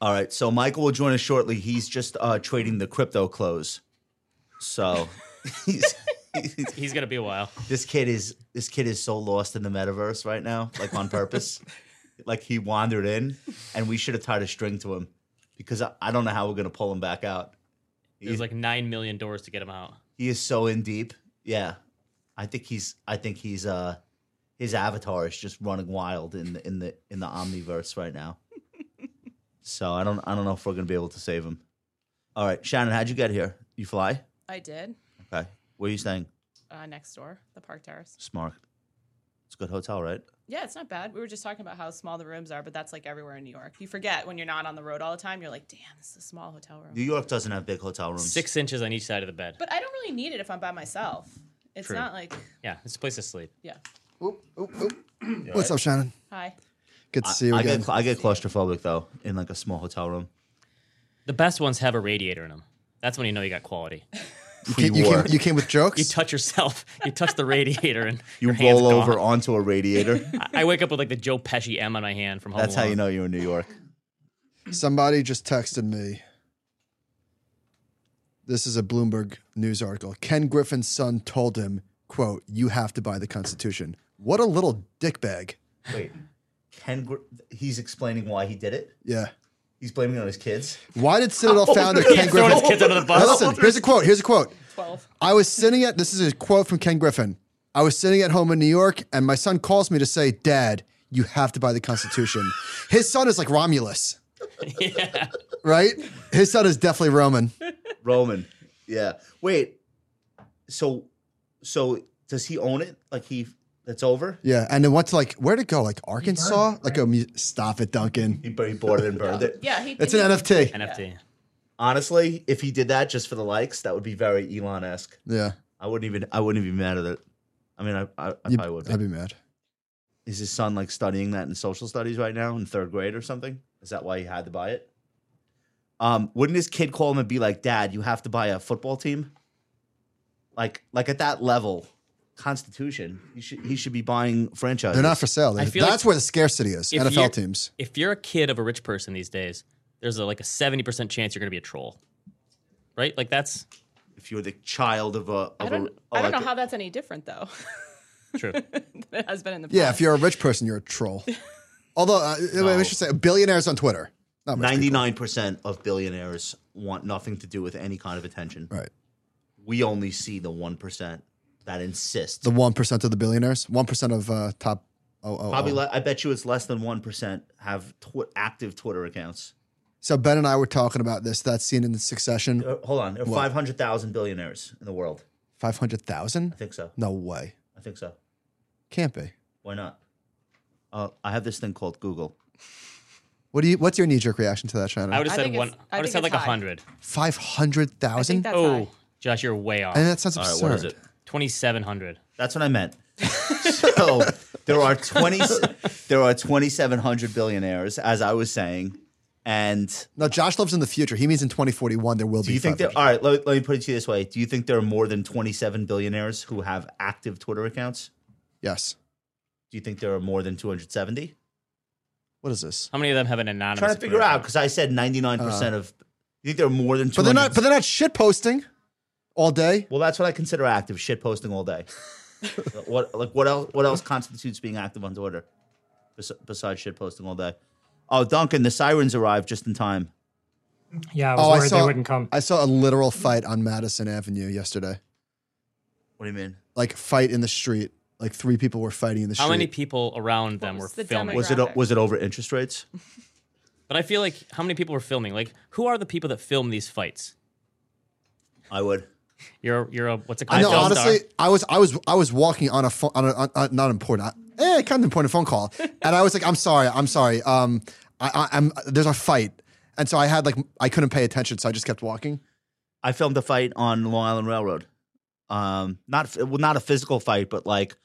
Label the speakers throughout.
Speaker 1: All right. So Michael will join us shortly. He's just uh, trading the crypto clothes. So he's, he's-
Speaker 2: He's gonna be a while.
Speaker 1: this kid is this kid is so lost in the metaverse right now, like on purpose. like he wandered in, and we should have tied a string to him because I, I don't know how we're gonna pull him back out.
Speaker 2: There's like nine million doors to get him out.
Speaker 1: He is so in deep. Yeah, I think he's. I think he's. Uh, his avatar is just running wild in the in the in the omniverse right now. so I don't. I don't know if we're gonna be able to save him. All right, Shannon, how'd you get here? You fly?
Speaker 3: I did.
Speaker 1: Okay. Where are you staying?
Speaker 3: Uh, next door, the park terrace.
Speaker 1: Smart. It's a good hotel, right?
Speaker 3: Yeah, it's not bad. We were just talking about how small the rooms are, but that's like everywhere in New York. You forget when you're not on the road all the time. You're like, damn, this is a small hotel room.
Speaker 1: New York doesn't have big hotel rooms.
Speaker 2: Six inches on each side of the bed.
Speaker 3: But I don't really need it if I'm by myself. It's
Speaker 2: True.
Speaker 3: not like,
Speaker 2: Yeah, it's a place to sleep.
Speaker 3: yeah.
Speaker 4: What's up, Shannon?
Speaker 3: Hi.
Speaker 4: Good to see you
Speaker 1: I
Speaker 4: again.
Speaker 1: get I get claustrophobic though in like a small hotel room.
Speaker 2: The best ones have a radiator in them. That's when you know you got quality.
Speaker 4: You came- you, came,
Speaker 1: Pre-war.
Speaker 4: you came with jokes.
Speaker 2: You touch yourself. You touch the radiator, and
Speaker 1: You
Speaker 2: your hand's
Speaker 1: roll over
Speaker 2: gone.
Speaker 1: onto a radiator.
Speaker 2: I, I wake up with like the Joe Pesci M on my hand from Home
Speaker 1: That's how
Speaker 2: Alone.
Speaker 1: you know you're in New York.
Speaker 4: Somebody just texted me. This is a Bloomberg news article. Ken Griffin's son told him, "quote You have to buy the Constitution." What a little dickbag.
Speaker 1: Wait, Ken? Gr- He's explaining why he did it.
Speaker 4: Yeah.
Speaker 1: He's blaming it on his kids.
Speaker 4: Why did Citadel founder Ken
Speaker 2: Throwing his
Speaker 4: Griffin?
Speaker 2: kids under the
Speaker 4: Now,
Speaker 2: bus.
Speaker 4: Listen, here's a quote. Here's a quote.
Speaker 3: 12.
Speaker 4: I was sitting at this is a quote from Ken Griffin. I was sitting at home in New York, and my son calls me to say, "Dad, you have to buy the Constitution." His son is like Romulus,
Speaker 2: yeah.
Speaker 4: right? His son is definitely Roman.
Speaker 1: Roman. Yeah. Wait. So, so does he own it? Like he? That's over.
Speaker 4: Yeah, and then what's like? Where would it go? Like Arkansas? like a mu- stop it, Duncan.
Speaker 1: He, bur- he bought it and burned it.
Speaker 3: Yeah, he
Speaker 4: It's
Speaker 3: he-
Speaker 4: an NFT.
Speaker 2: NFT.
Speaker 1: Honestly, if he did that just for the likes, that would be very Elon esque.
Speaker 4: Yeah,
Speaker 1: I wouldn't even. I wouldn't even be mad at it. I mean, I, I, I
Speaker 4: You-
Speaker 1: probably would.
Speaker 4: I'd
Speaker 1: Be.
Speaker 4: be mad.
Speaker 1: Is his son like studying that in social studies right now in third grade or something? Is that why he had to buy it? Um, wouldn't his kid call him and be like, "Dad, you have to buy a football team"? Like, like at that level, Constitution. You should. He should be buying franchises.
Speaker 4: They're not for sale.
Speaker 2: I
Speaker 4: That's
Speaker 2: feel like
Speaker 4: where the scarcity is.
Speaker 2: if
Speaker 4: NFL
Speaker 2: you're-
Speaker 4: teams.
Speaker 2: If you're a kid of a rich person these days, there's a, like a seventy percent chance you're gonna be a troll, right? Like that's
Speaker 1: if you're the child of a. Of
Speaker 3: I don't,
Speaker 1: a
Speaker 3: I don't know
Speaker 1: like-
Speaker 3: how that's any different, though,
Speaker 2: true.
Speaker 3: than it has been in the past.
Speaker 4: Yeah, if you're a rich person, you're a troll. Although uh, I should say, billionaires on Twitter. Not rich people.
Speaker 1: 99% of billionaires want nothing to do with any kind of attention.
Speaker 4: Right.
Speaker 1: We only see the 1% that insist.
Speaker 4: The one percent of the billionaires. One percent of uh, top. Oh, oh,
Speaker 1: Probably,
Speaker 4: oh.
Speaker 1: le- I bet you it's less than 1% have tw- active Twitter accounts.
Speaker 4: So Ben and I were talking about this. That scene in Succession.
Speaker 1: Uh, hold on. There are
Speaker 4: What?
Speaker 1: 500,000 billionaires in the world.
Speaker 4: Five hundred thousand?
Speaker 1: I think so.
Speaker 4: No way.
Speaker 1: I think so.
Speaker 4: Can't be.
Speaker 1: Why not? Uh, I have this thing called Google.
Speaker 4: What do you? What's your knee jerk reaction to that, Shannon?
Speaker 2: I would
Speaker 3: I
Speaker 2: have said
Speaker 3: think
Speaker 2: one.
Speaker 3: it's- I
Speaker 2: I would have
Speaker 3: think
Speaker 2: said
Speaker 3: it's
Speaker 2: like
Speaker 3: high.
Speaker 2: hundred.
Speaker 4: Five
Speaker 3: I
Speaker 4: hundred
Speaker 3: think
Speaker 4: thousand.
Speaker 3: that's
Speaker 2: Oh,
Speaker 3: high.
Speaker 2: Josh, you're way off.
Speaker 4: I mean, that sounds
Speaker 1: All right,
Speaker 4: absurd.
Speaker 1: what is it?
Speaker 2: Twenty seven hundred.
Speaker 1: That's what I meant. so there are twenty, there are twenty seven hundred billionaires, as I was saying, and
Speaker 4: No, Josh lives in the future. He means in 2041 there will
Speaker 1: Do
Speaker 4: be.
Speaker 1: you think there?
Speaker 4: 500.
Speaker 1: All right, let, let me put it to you this way: Do you think there are more than 27 billionaires who have active Twitter accounts?
Speaker 4: Yes.
Speaker 1: Do you think there are more than 270?
Speaker 4: What is this?
Speaker 1: Uh,
Speaker 2: How many of them have an anonymous?
Speaker 1: trying to figure
Speaker 2: Twitter
Speaker 1: out
Speaker 2: account?
Speaker 1: because I said 99 percent of. You think there are more than 200?
Speaker 4: But they're not. But they're not shit posting all day.
Speaker 1: well, that's what I consider active shit posting all day. what like what else? What else constitutes being active on Twitter bes- besides shit posting all day? Oh, Duncan, the sirens arrived just in time.
Speaker 5: Yeah,
Speaker 1: Oh,
Speaker 5: I was worried they wouldn't come.
Speaker 4: I saw a literal fight on Madison Avenue yesterday.
Speaker 1: What do you mean?
Speaker 4: Like fight in the street. Like three people were fighting in the
Speaker 2: How
Speaker 4: street.
Speaker 2: many people around them were
Speaker 3: was the
Speaker 2: filming?
Speaker 1: Was it
Speaker 3: Graphic.
Speaker 1: was it over interest rates?
Speaker 2: But I feel like how many people were filming? Like, who are the people that film these fights?
Speaker 1: I would.
Speaker 2: You're you're a what's it
Speaker 4: I
Speaker 2: called?
Speaker 4: know.
Speaker 2: Film star.
Speaker 4: Honestly, I was I was I was walking on a phone on a on, on, not important. I, eh, kind of important phone call, and I was like, I'm sorry, I'm sorry. Um, I, I, I'm there's a fight, and so I had like I couldn't pay attention, so I just kept walking.
Speaker 1: I filmed a fight on Long Island Railroad. Um, not well, not a physical fight, but like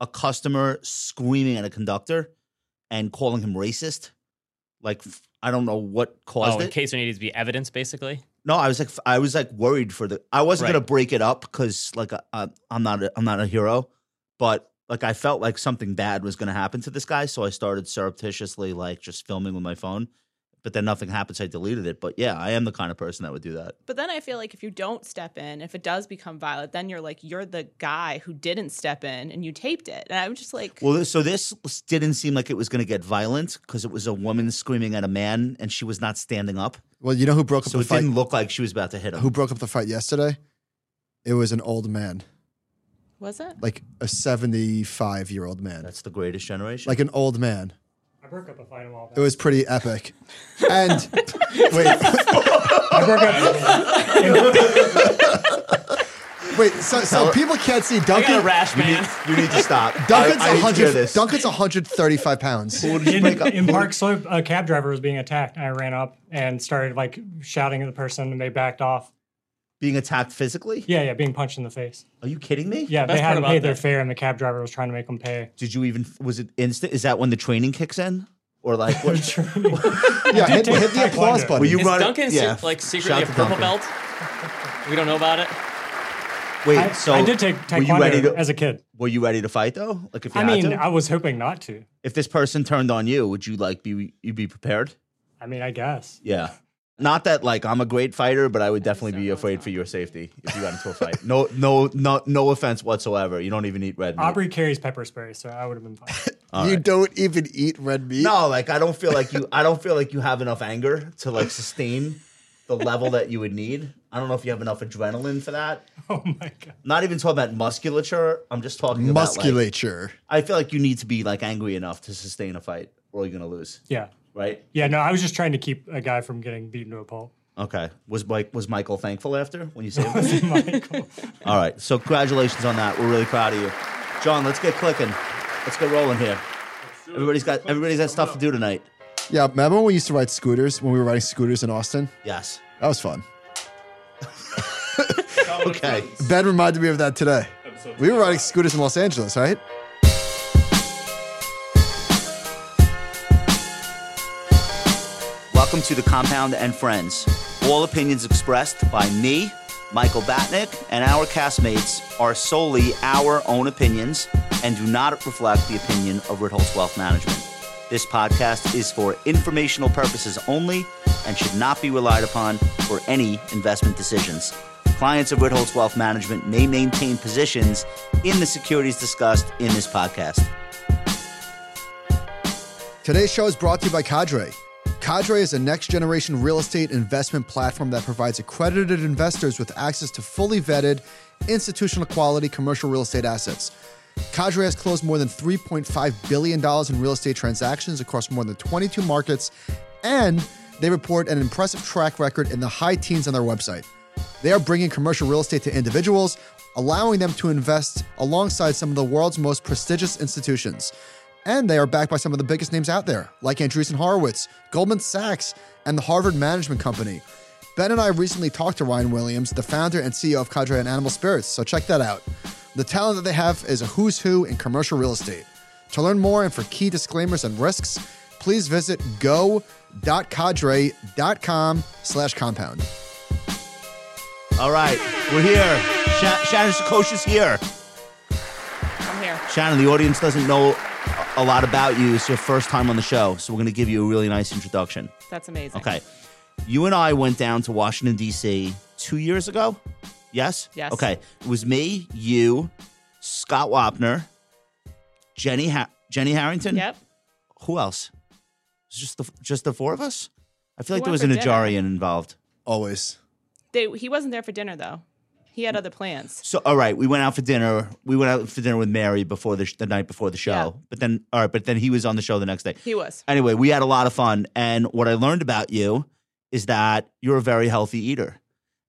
Speaker 1: a customer screaming at a conductor and calling him racist. Like f- I don't know what
Speaker 2: oh,
Speaker 1: caused
Speaker 2: in
Speaker 1: it.
Speaker 2: case there needed to be evidence, basically.
Speaker 1: no, I was like f- I was like worried for the. I wasn't
Speaker 2: Right.
Speaker 1: gonna break it up because like I- I, I'm not a, I'm not a hero, but like I felt like something bad was gonna happen to this guy, so I started surreptitiously like just filming with my phone. but then nothing happened, so I deleted it. But yeah, I am the kind of person that would do that.
Speaker 3: But then I feel like if you don't step in, if it does become violent, then you're like you're the guy who didn't step in and you taped it. And I'm just like,
Speaker 1: Well, this- so this didn't seem like it was going to get violent because it was a woman screaming at a man and she was not standing up.
Speaker 4: Well, you know who broke up
Speaker 1: So
Speaker 4: the
Speaker 1: it
Speaker 4: fight?
Speaker 1: didn't look like she was about to hit him.
Speaker 4: Who broke up the fight yesterday? It was an old man,
Speaker 3: was it?
Speaker 4: like a seventy-five-year-old man,
Speaker 1: That's the greatest generation.
Speaker 4: like an old man.
Speaker 5: I broke up a fight a while back.
Speaker 4: It was pretty epic. And wait,
Speaker 5: I broke up.
Speaker 4: wait. So, so people can't see
Speaker 2: I got a
Speaker 4: Duncan.
Speaker 2: rash, man.
Speaker 1: you need to stop.
Speaker 4: Duncan's
Speaker 1: I, I need to hear
Speaker 4: 100,
Speaker 1: this.
Speaker 4: Duncan's 135 pounds.
Speaker 5: in, in Park Slope, a cab driver was being attacked. And I ran up and started like shouting at the person, and they backed off.
Speaker 1: Being attacked physically?
Speaker 5: Yeah, yeah, being punched in the face.
Speaker 1: Are you kidding me?
Speaker 5: Yeah,
Speaker 2: Best
Speaker 5: they
Speaker 2: part
Speaker 5: hadn't
Speaker 2: about
Speaker 5: paid their
Speaker 2: that-
Speaker 5: fare, and the cab driver was trying to make them pay.
Speaker 1: Did you even? Was it instant? Is that when the training kicks in? Or like, what,
Speaker 4: Yeah, hit, hit the
Speaker 5: Taekwondo.
Speaker 4: applause
Speaker 1: were
Speaker 4: button.
Speaker 1: you
Speaker 2: Is
Speaker 1: running?
Speaker 2: Duncan se- like
Speaker 1: Shout
Speaker 2: secretly a
Speaker 1: to
Speaker 2: purple
Speaker 1: Duncan.
Speaker 2: belt? We don't know about it.
Speaker 1: Wait,
Speaker 5: I,
Speaker 1: so
Speaker 5: I did take
Speaker 1: were you ready
Speaker 5: taekwondo
Speaker 1: to?
Speaker 5: as a kid.
Speaker 1: were you ready to fight though? Like, if you
Speaker 5: I
Speaker 1: had
Speaker 5: mean,
Speaker 1: to?
Speaker 5: I was hoping not to.
Speaker 1: if this person turned on you, would you like be you be prepared?
Speaker 5: I mean, I guess.
Speaker 1: Yeah. Not that like I'm a great fighter, but I would definitely
Speaker 3: don't
Speaker 1: be
Speaker 3: know
Speaker 1: afraid
Speaker 3: about
Speaker 1: for your safety if you got into a fight. No, no, no, no offense whatsoever. You don't even eat red meat.
Speaker 5: Aubrey carries pepper spray, so I would have been fine.
Speaker 4: You don't even eat red meat.
Speaker 1: No, like I don't feel like you. I don't feel like you have enough anger to like sustain the level that you would need. I don't know if you have enough adrenaline for that.
Speaker 5: oh my god.
Speaker 1: Not even talking about musculature. I'm just talking about like,
Speaker 4: Musculature.
Speaker 1: I feel like you need to be like angry enough to sustain a fight, or you're gonna lose,
Speaker 5: Yeah.
Speaker 1: right?
Speaker 5: Yeah, no, I was just trying to keep a guy from getting beaten to a pulp.
Speaker 1: Okay. Was Mike was Michael thankful after when you saved him?
Speaker 5: Michael.
Speaker 1: All right. So congratulations on that. We're really proud of you, John. Let's get clicking. Let's get rolling here. Everybody's got everybody's got stuff to do tonight.
Speaker 4: Yeah, remember when we used to ride scooters when we were riding scooters in Austin?
Speaker 1: Yes.
Speaker 4: That was fun.
Speaker 1: Okay.
Speaker 4: Ben reminded me of that today. We were riding scooters in Los Angeles, right?
Speaker 1: Welcome to the Compound and Friends. All opinions expressed by me, Michael Batnick, and our castmates are solely our own opinions and do not reflect the opinion of Ritholtz Wealth Management. This podcast is for informational purposes only and should not be relied upon for any investment decisions. Clients of Ritholtz Wealth Management may maintain positions in the securities discussed in this podcast.
Speaker 4: Today's show is brought to you by Cadre. Cadre is a next generation real estate investment platform that provides accredited investors with access to fully vetted, institutional quality commercial real estate assets. Cadre has closed more than $3.5 billion in real estate transactions across more than 22 markets, and they report an impressive track record in the high teens on their website. They are bringing commercial real estate to individuals, allowing them to invest alongside some of the world's most prestigious institutions. And they are backed by some of the biggest names out there, like Andreessen Horowitz, Goldman Sachs, and the Harvard Management Company. Ben and I recently talked to Ryan Williams, the founder and CEO of Cadre and Animal Spirits, so check that out. The talent that they have is a who's who in commercial real estate. To learn more and for key disclaimers and risks, please visit go.cadre.com slash compound.
Speaker 1: All right, we're here. Sha- Shannon Sakosh is here.
Speaker 3: I'm here.
Speaker 1: Shannon, the audience doesn't know a lot about you. It's your first time on the show, so we're going to give you a really nice introduction.
Speaker 3: That's amazing.
Speaker 1: Okay. You and I went down to Washington, D.C. two years ago. Yes?
Speaker 3: Yes.
Speaker 1: Okay. It was me, you, Scott Wapner, Jenny, ha- Jenny Harrington.
Speaker 3: Yep.
Speaker 1: Who else? It was just the, just the four of us? I feel like
Speaker 3: Who
Speaker 1: there
Speaker 3: went
Speaker 1: was an
Speaker 3: for dinner?
Speaker 1: Ajarian involved.
Speaker 4: Always.
Speaker 3: They, he wasn't there for dinner though. He had other plans.
Speaker 1: So, all right, we went out for dinner. We went out for dinner with Mary before the, sh- the night before the show.
Speaker 3: Yeah.
Speaker 1: But then, all right, but then he was on the show the next day.
Speaker 3: He was.
Speaker 1: Anyway, we had a lot of fun. And what I learned about you is that you're a very healthy eater.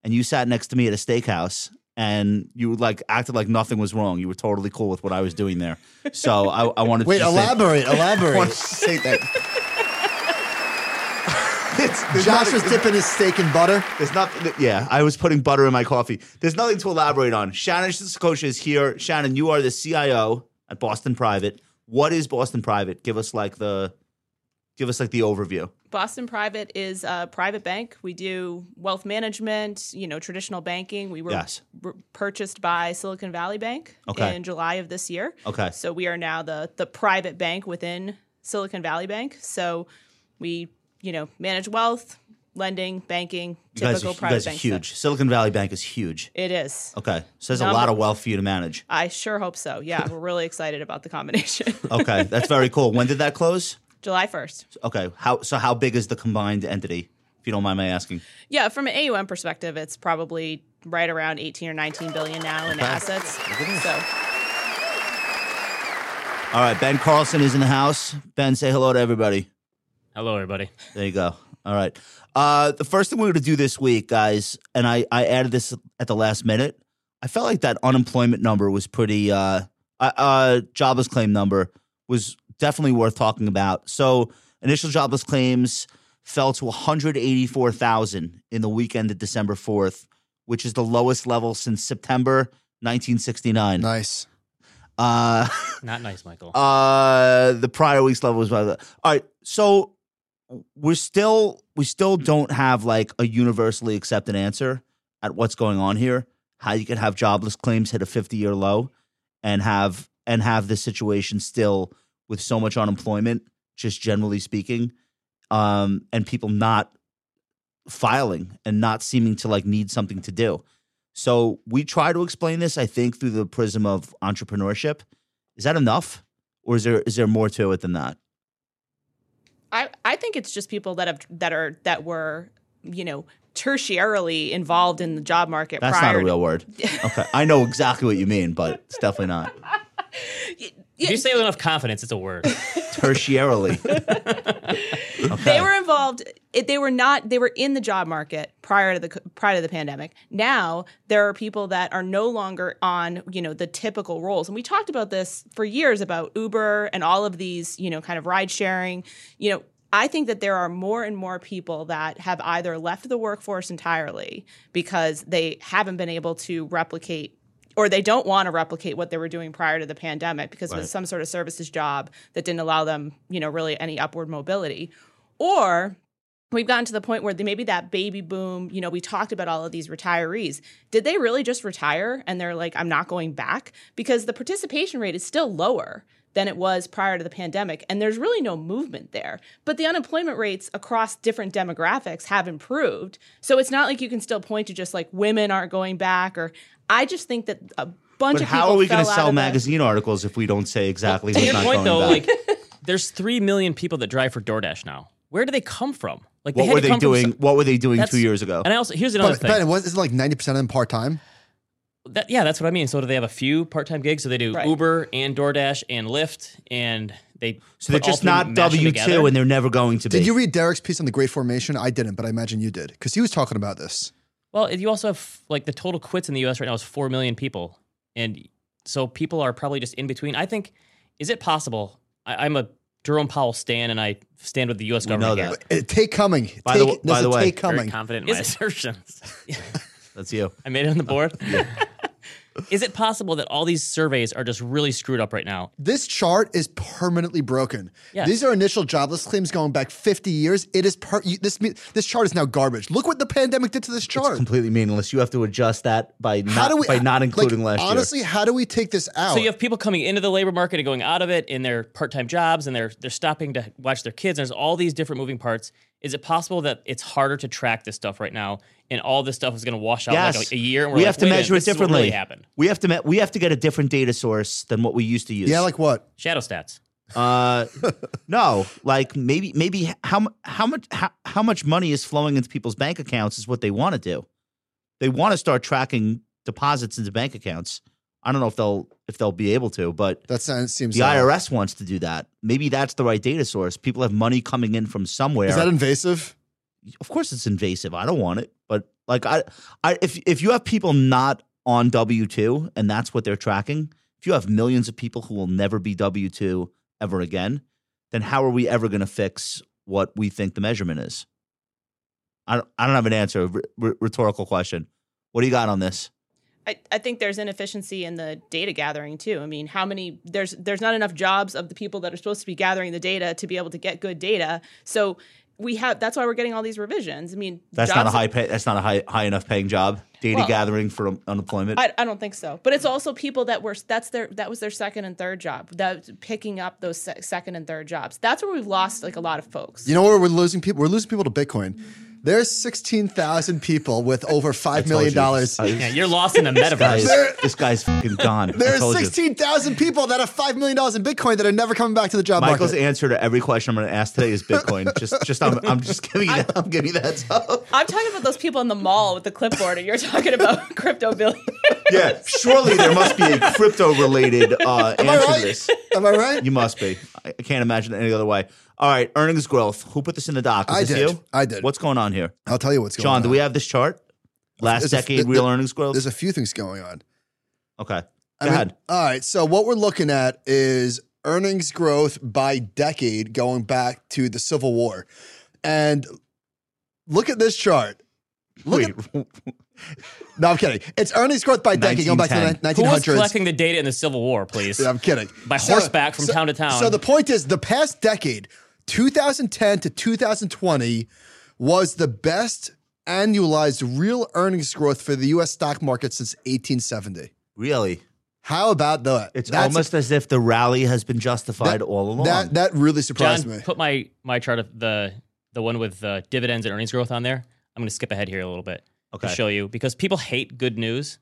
Speaker 1: And you sat next to me at a steakhouse and you like acted like nothing was wrong. You were totally cool with what I was doing there. So I, I wanted
Speaker 4: Wait,
Speaker 1: to just say-
Speaker 4: elaborate,
Speaker 1: I wanted
Speaker 4: elaborate.
Speaker 1: to say that. It's- there's
Speaker 4: Josh
Speaker 1: nothing-
Speaker 4: was dipping his steak in butter.
Speaker 1: there's nothing. Yeah, I was putting butter in my coffee. There's nothing to elaborate on. Shannon Sakosha is here. Shannon, you are the CIO at Boston Private. What is Boston Private? Give us like the, give us like the overview.
Speaker 3: Boston Private is a private bank. We do wealth management, you know, traditional banking. We were
Speaker 1: Yes.
Speaker 3: r- purchased by Silicon Valley Bank
Speaker 1: Okay.
Speaker 3: in July of this year.
Speaker 1: Okay.
Speaker 3: So we are now the the private bank within Silicon Valley Bank. So we you know, manage wealth, lending, banking,
Speaker 1: You guys, are,
Speaker 3: typical
Speaker 1: you
Speaker 3: private
Speaker 1: guys are
Speaker 3: bank
Speaker 1: huge.
Speaker 3: stuff.
Speaker 1: Silicon Valley Bank is huge.
Speaker 3: It is.
Speaker 1: Okay, so there's a
Speaker 3: Number-
Speaker 1: lot of wealth for you to manage.
Speaker 3: I sure hope so. Yeah, we're really excited about the combination.
Speaker 1: Okay, that's very cool. When did that close?
Speaker 3: July 1st.
Speaker 1: Okay, how so? How big is the combined entity? If you don't mind my asking.
Speaker 3: Yeah, from an AUM perspective, it's probably right around 18 or 19 billion now in assets. So
Speaker 1: All right, Ben Carlson is in the house. Ben, say hello to everybody.
Speaker 2: Hello, everybody.
Speaker 1: There you go. All right. Uh, the first thing we're going to do this week, guys, and I, I added this at the last minute. I felt like that unemployment number was pretty, uh, uh, uh, jobless claim number was definitely worth talking about. So initial jobless claims fell to 184,000 in the weekend of December 4th, which is the lowest level since September 1969.
Speaker 4: Nice.
Speaker 1: Uh,
Speaker 2: Not nice, Michael.
Speaker 1: uh, the prior week's level was by the. All right, so we're still we still don't have like a universally accepted answer at what's going on here. How you could have jobless claims hit a fifty year low, and have and have this situation still with so much unemployment, just generally speaking, um, and people not filing and not seeming to like need something to do. So we try to explain this, I think, through the prism of entrepreneurship. Is that enough? or is there is there more to it than that?
Speaker 3: I, I think it's just people that have that are that were, you know, tertiarily involved in the job market
Speaker 1: That's
Speaker 3: prior
Speaker 1: not a real word. Okay, I know exactly what you mean, but it's definitely not
Speaker 3: to,
Speaker 2: if you say it with enough confidence, it's a word.
Speaker 1: tertiarily.
Speaker 3: They were involved. It, they were not. They were in the job market prior to the c- prior to the pandemic. Now there are people that are no longer on you know the typical roles, and we talked about this for years about Uber and all of these you know kind of ride sharing. You know, I think that there are more and more people that have either left the workforce entirely because they haven't been able to replicate or they don't want to replicate what they were doing prior to the pandemic because it was some sort of services job that didn't allow them, you know, really any upward mobility. Or we've gotten to the point where maybe that baby boom, you know, we talked about all of these retirees. Did they really just retire and they're like, I'm not going back? Because the participation rate is still lower than it was prior to the pandemic. And there's really no movement there. But the unemployment rates across different demographics have improved. So it's not like you can still point to just like women aren't going back or I just think that a bunch
Speaker 1: but
Speaker 3: of
Speaker 1: how
Speaker 3: people
Speaker 1: are we going
Speaker 3: fell
Speaker 1: to
Speaker 3: out
Speaker 1: sell
Speaker 3: of the-
Speaker 1: magazine articles if we don't say exactly
Speaker 2: to
Speaker 1: what's
Speaker 2: your
Speaker 1: not going
Speaker 2: point, though,
Speaker 1: back?
Speaker 2: like there's three million people that drive for DoorDash now. Where do they come from? Like,
Speaker 1: what
Speaker 2: had
Speaker 1: were
Speaker 2: to
Speaker 1: they
Speaker 2: come from
Speaker 1: doing?
Speaker 2: some-
Speaker 1: What were they doing two
Speaker 2: That's-
Speaker 1: years ago?
Speaker 2: And I also here's another
Speaker 4: But,
Speaker 2: thing.
Speaker 4: but it was, is it like 90% of them part time?
Speaker 2: That, yeah, that's what I mean. So do they have a few part-time gigs? So they do
Speaker 3: Right.
Speaker 2: Uber and DoorDash and Lyft, and they
Speaker 1: So they're just not W two, and they're never going to be.
Speaker 4: Did you read Derek's piece on the Great Formation? I didn't, but I imagine you did because he was talking about this.
Speaker 2: well, you also have like the total quits in the U.S. right now is four million people, and so people are probably just in between. I think is it possible? I, I'm a Jerome Powell stan, and I stand with the U.S. government.
Speaker 1: know
Speaker 2: here.
Speaker 1: that.
Speaker 4: Uh, Take coming.
Speaker 1: By the
Speaker 4: take,
Speaker 1: w- by
Speaker 4: there's a
Speaker 1: the way-
Speaker 4: take
Speaker 2: Very
Speaker 4: coming.
Speaker 2: confident in my
Speaker 3: Is it-
Speaker 2: assertions.
Speaker 1: That's you.
Speaker 2: I made it on the board. is it possible that all these surveys are just really screwed up right now?
Speaker 4: This chart is permanently broken.
Speaker 2: Yes.
Speaker 4: These are initial jobless claims going back 50 years. It is per- you, this me- this chart is now garbage. Look what the pandemic did to this chart.
Speaker 1: Completely meaningless. You have to adjust that by
Speaker 4: how
Speaker 1: not
Speaker 4: do we
Speaker 1: by not
Speaker 4: like,
Speaker 1: including last
Speaker 4: Honestly, how do we take this out?
Speaker 2: So you have people coming into the labor market and going out of it in their part-time jobs, and they're they're stopping to watch their kids. There's all these different moving parts. Is it possible that it's harder to track this stuff right now, and all this stuff is going to wash out
Speaker 1: year.
Speaker 2: in like a, a year? And we're
Speaker 1: we
Speaker 2: like,
Speaker 1: have to
Speaker 2: "Wait a minute,
Speaker 1: measure it
Speaker 2: this is what
Speaker 1: differently.
Speaker 2: really happened.
Speaker 1: We have to me- we have to get a different data source than what we used to use.
Speaker 4: yeah, like what?
Speaker 2: Shadow stats.
Speaker 1: Uh, no, like maybe maybe how mu- how much how, how much money is flowing into people's bank accounts is what they want to do. They want to start tracking deposits into bank accounts. I don't know if they'll if they'll be able to, but
Speaker 4: That sounds, seems
Speaker 1: the
Speaker 4: uh,
Speaker 1: IRS wants to do that. Maybe that's the right data source. People have money coming in from somewhere.
Speaker 4: Is that invasive?
Speaker 1: of course, it's invasive. I don't want it, but like I, I if if you have people not on W two and that's what they're tracking, if you have millions of people who will never be W two ever again, then how are we ever going to fix what we think the measurement is? I don't, I don't have an answer. R- r- rhetorical question. What do you got on this?
Speaker 3: I, I think there's inefficiency in the data gathering too. I mean, how many there's there's not enough jobs of the people that are supposed to be gathering the data to be able to get good data. So we have that's why we're getting all these revisions. I mean,
Speaker 1: That's
Speaker 3: jobs-
Speaker 1: not a high pay. That's not a high high enough paying job. Data
Speaker 3: Well-
Speaker 1: gathering for um, unemployment.
Speaker 3: I, I don't think so. But it's also people that were that's their that was their second and third job. That picking up those se- second and third jobs. That's where we've lost like a lot of folks.
Speaker 4: You know where we're losing people? We're losing people to Bitcoin. There's 16,000 people with over $5 million. dollars.
Speaker 1: I told you,
Speaker 2: Yeah,
Speaker 1: this
Speaker 2: you're lost in the
Speaker 1: guy is-
Speaker 2: metaverse.
Speaker 1: This guy's fucking gone. I
Speaker 4: There's
Speaker 1: told you.
Speaker 4: 16,000 people that have $5 million dollars in Bitcoin that are never coming back to the job
Speaker 1: Michael's
Speaker 4: market.
Speaker 1: answer to every question I'm going to ask today is Bitcoin. just, just I'm, I'm just giving you that, I'm giving you that heads up.
Speaker 3: I'm talking about those people in the mall with the clipboard, and you're talking about crypto billionaires.
Speaker 1: Yeah, surely there must be a crypto related uh,
Speaker 4: Am I
Speaker 1: answer to
Speaker 4: right?
Speaker 1: this.
Speaker 4: Am I right?
Speaker 1: You must be. I I can't imagine it any other way. All right, earnings growth. Who put this in the doc? Is
Speaker 4: I
Speaker 1: this
Speaker 4: did.
Speaker 1: you?
Speaker 4: I did.
Speaker 1: What's going on here,
Speaker 4: I'll tell you what's going on.
Speaker 1: John? Do we have this chart? Last
Speaker 4: There's a-
Speaker 1: decade
Speaker 4: there-
Speaker 1: real
Speaker 4: there-
Speaker 1: earnings growth.
Speaker 4: There's a few things going on.
Speaker 1: okay, go
Speaker 4: I mean,
Speaker 1: ahead.
Speaker 4: all right. So what we're looking at is earnings growth by decade going back to the Civil War. And look at this chart. Look at,
Speaker 1: Wait,
Speaker 4: no, I'm kidding. It's earnings growth by decade going back to the
Speaker 1: 1910.
Speaker 2: Who was
Speaker 4: 1900s.
Speaker 2: collecting the data in the Civil War, please?
Speaker 4: Yeah, I'm kidding.
Speaker 2: By horseback from town to town.
Speaker 4: So the point is, the past decade, 2010 to 2020, was the best annualized real earnings growth for the U.S. stock market since 1870.
Speaker 1: Really?
Speaker 4: How about that?
Speaker 1: It's
Speaker 4: That's-
Speaker 1: almost as if the rally has been justified all along.
Speaker 4: That that really
Speaker 2: John,
Speaker 4: surprised me.
Speaker 2: put my my chart of the the one with the dividends and earnings growth on there. I'm going to skip ahead here a little bit
Speaker 1: Okay.
Speaker 2: to show you because people hate good news.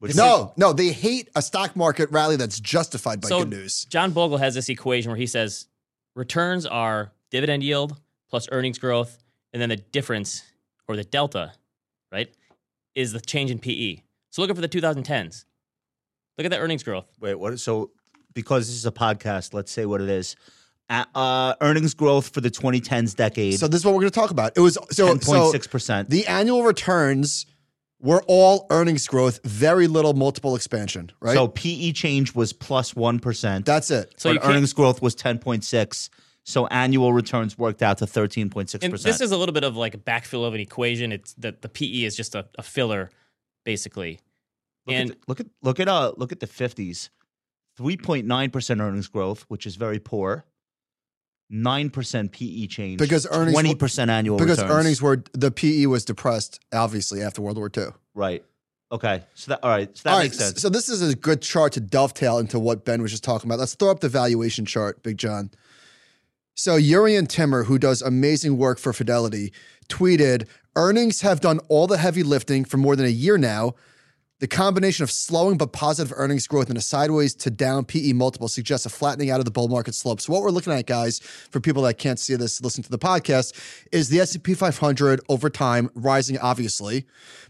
Speaker 1: Which
Speaker 4: No, no, they hate a stock market rally that's justified by
Speaker 2: So-
Speaker 4: good news.
Speaker 2: John Bogle has this equation where he says returns are dividend yield plus earnings growth, and then the difference or the delta, right, is the change in PE. So look at for the 2010s. Look at that earnings growth.
Speaker 1: Wait, what? is- So, because this is a podcast, let's say what it is. Uh, uh, earnings growth for the 2010s decade,
Speaker 4: So this is what we're going to talk about. It was so so
Speaker 1: 10.6%.
Speaker 4: the annual returns were all earnings growth, very little multiple expansion, right?
Speaker 1: So PE change was plus 1%.
Speaker 4: that's it.
Speaker 2: So
Speaker 1: but
Speaker 2: you can't-
Speaker 1: earnings growth was 10.6. So annual returns worked out to 13.6%.
Speaker 2: And this is a little bit of like a backfill of an equation. It's that the PE is just a, a filler, basically.
Speaker 1: look
Speaker 2: and-
Speaker 1: at the- look at look at uh look at the 50s. 3.9% earnings growth, which is very poor. 9% PE E change.
Speaker 4: Because earnings-
Speaker 1: 20% annual
Speaker 4: Because
Speaker 1: returns.
Speaker 4: earnings were the PE was depressed, obviously after World War II.
Speaker 1: Right. Okay. So that all right. So that
Speaker 4: all right,
Speaker 1: makes sense.
Speaker 4: so this is a good chart to dovetail into what Ben was just talking about. Let's throw up the valuation chart, Big John. So Urian Timmer, who does amazing work for Fidelity, tweeted, "Earnings have done all the heavy lifting for more than a year now. The combination of slowing but positive earnings growth and a sideways to down PE multiple suggests a flattening out of the bull market slope. So what we're looking at, guys, for people that can't see this, listen to the podcast, is the S&P 500 over time rising, obviously,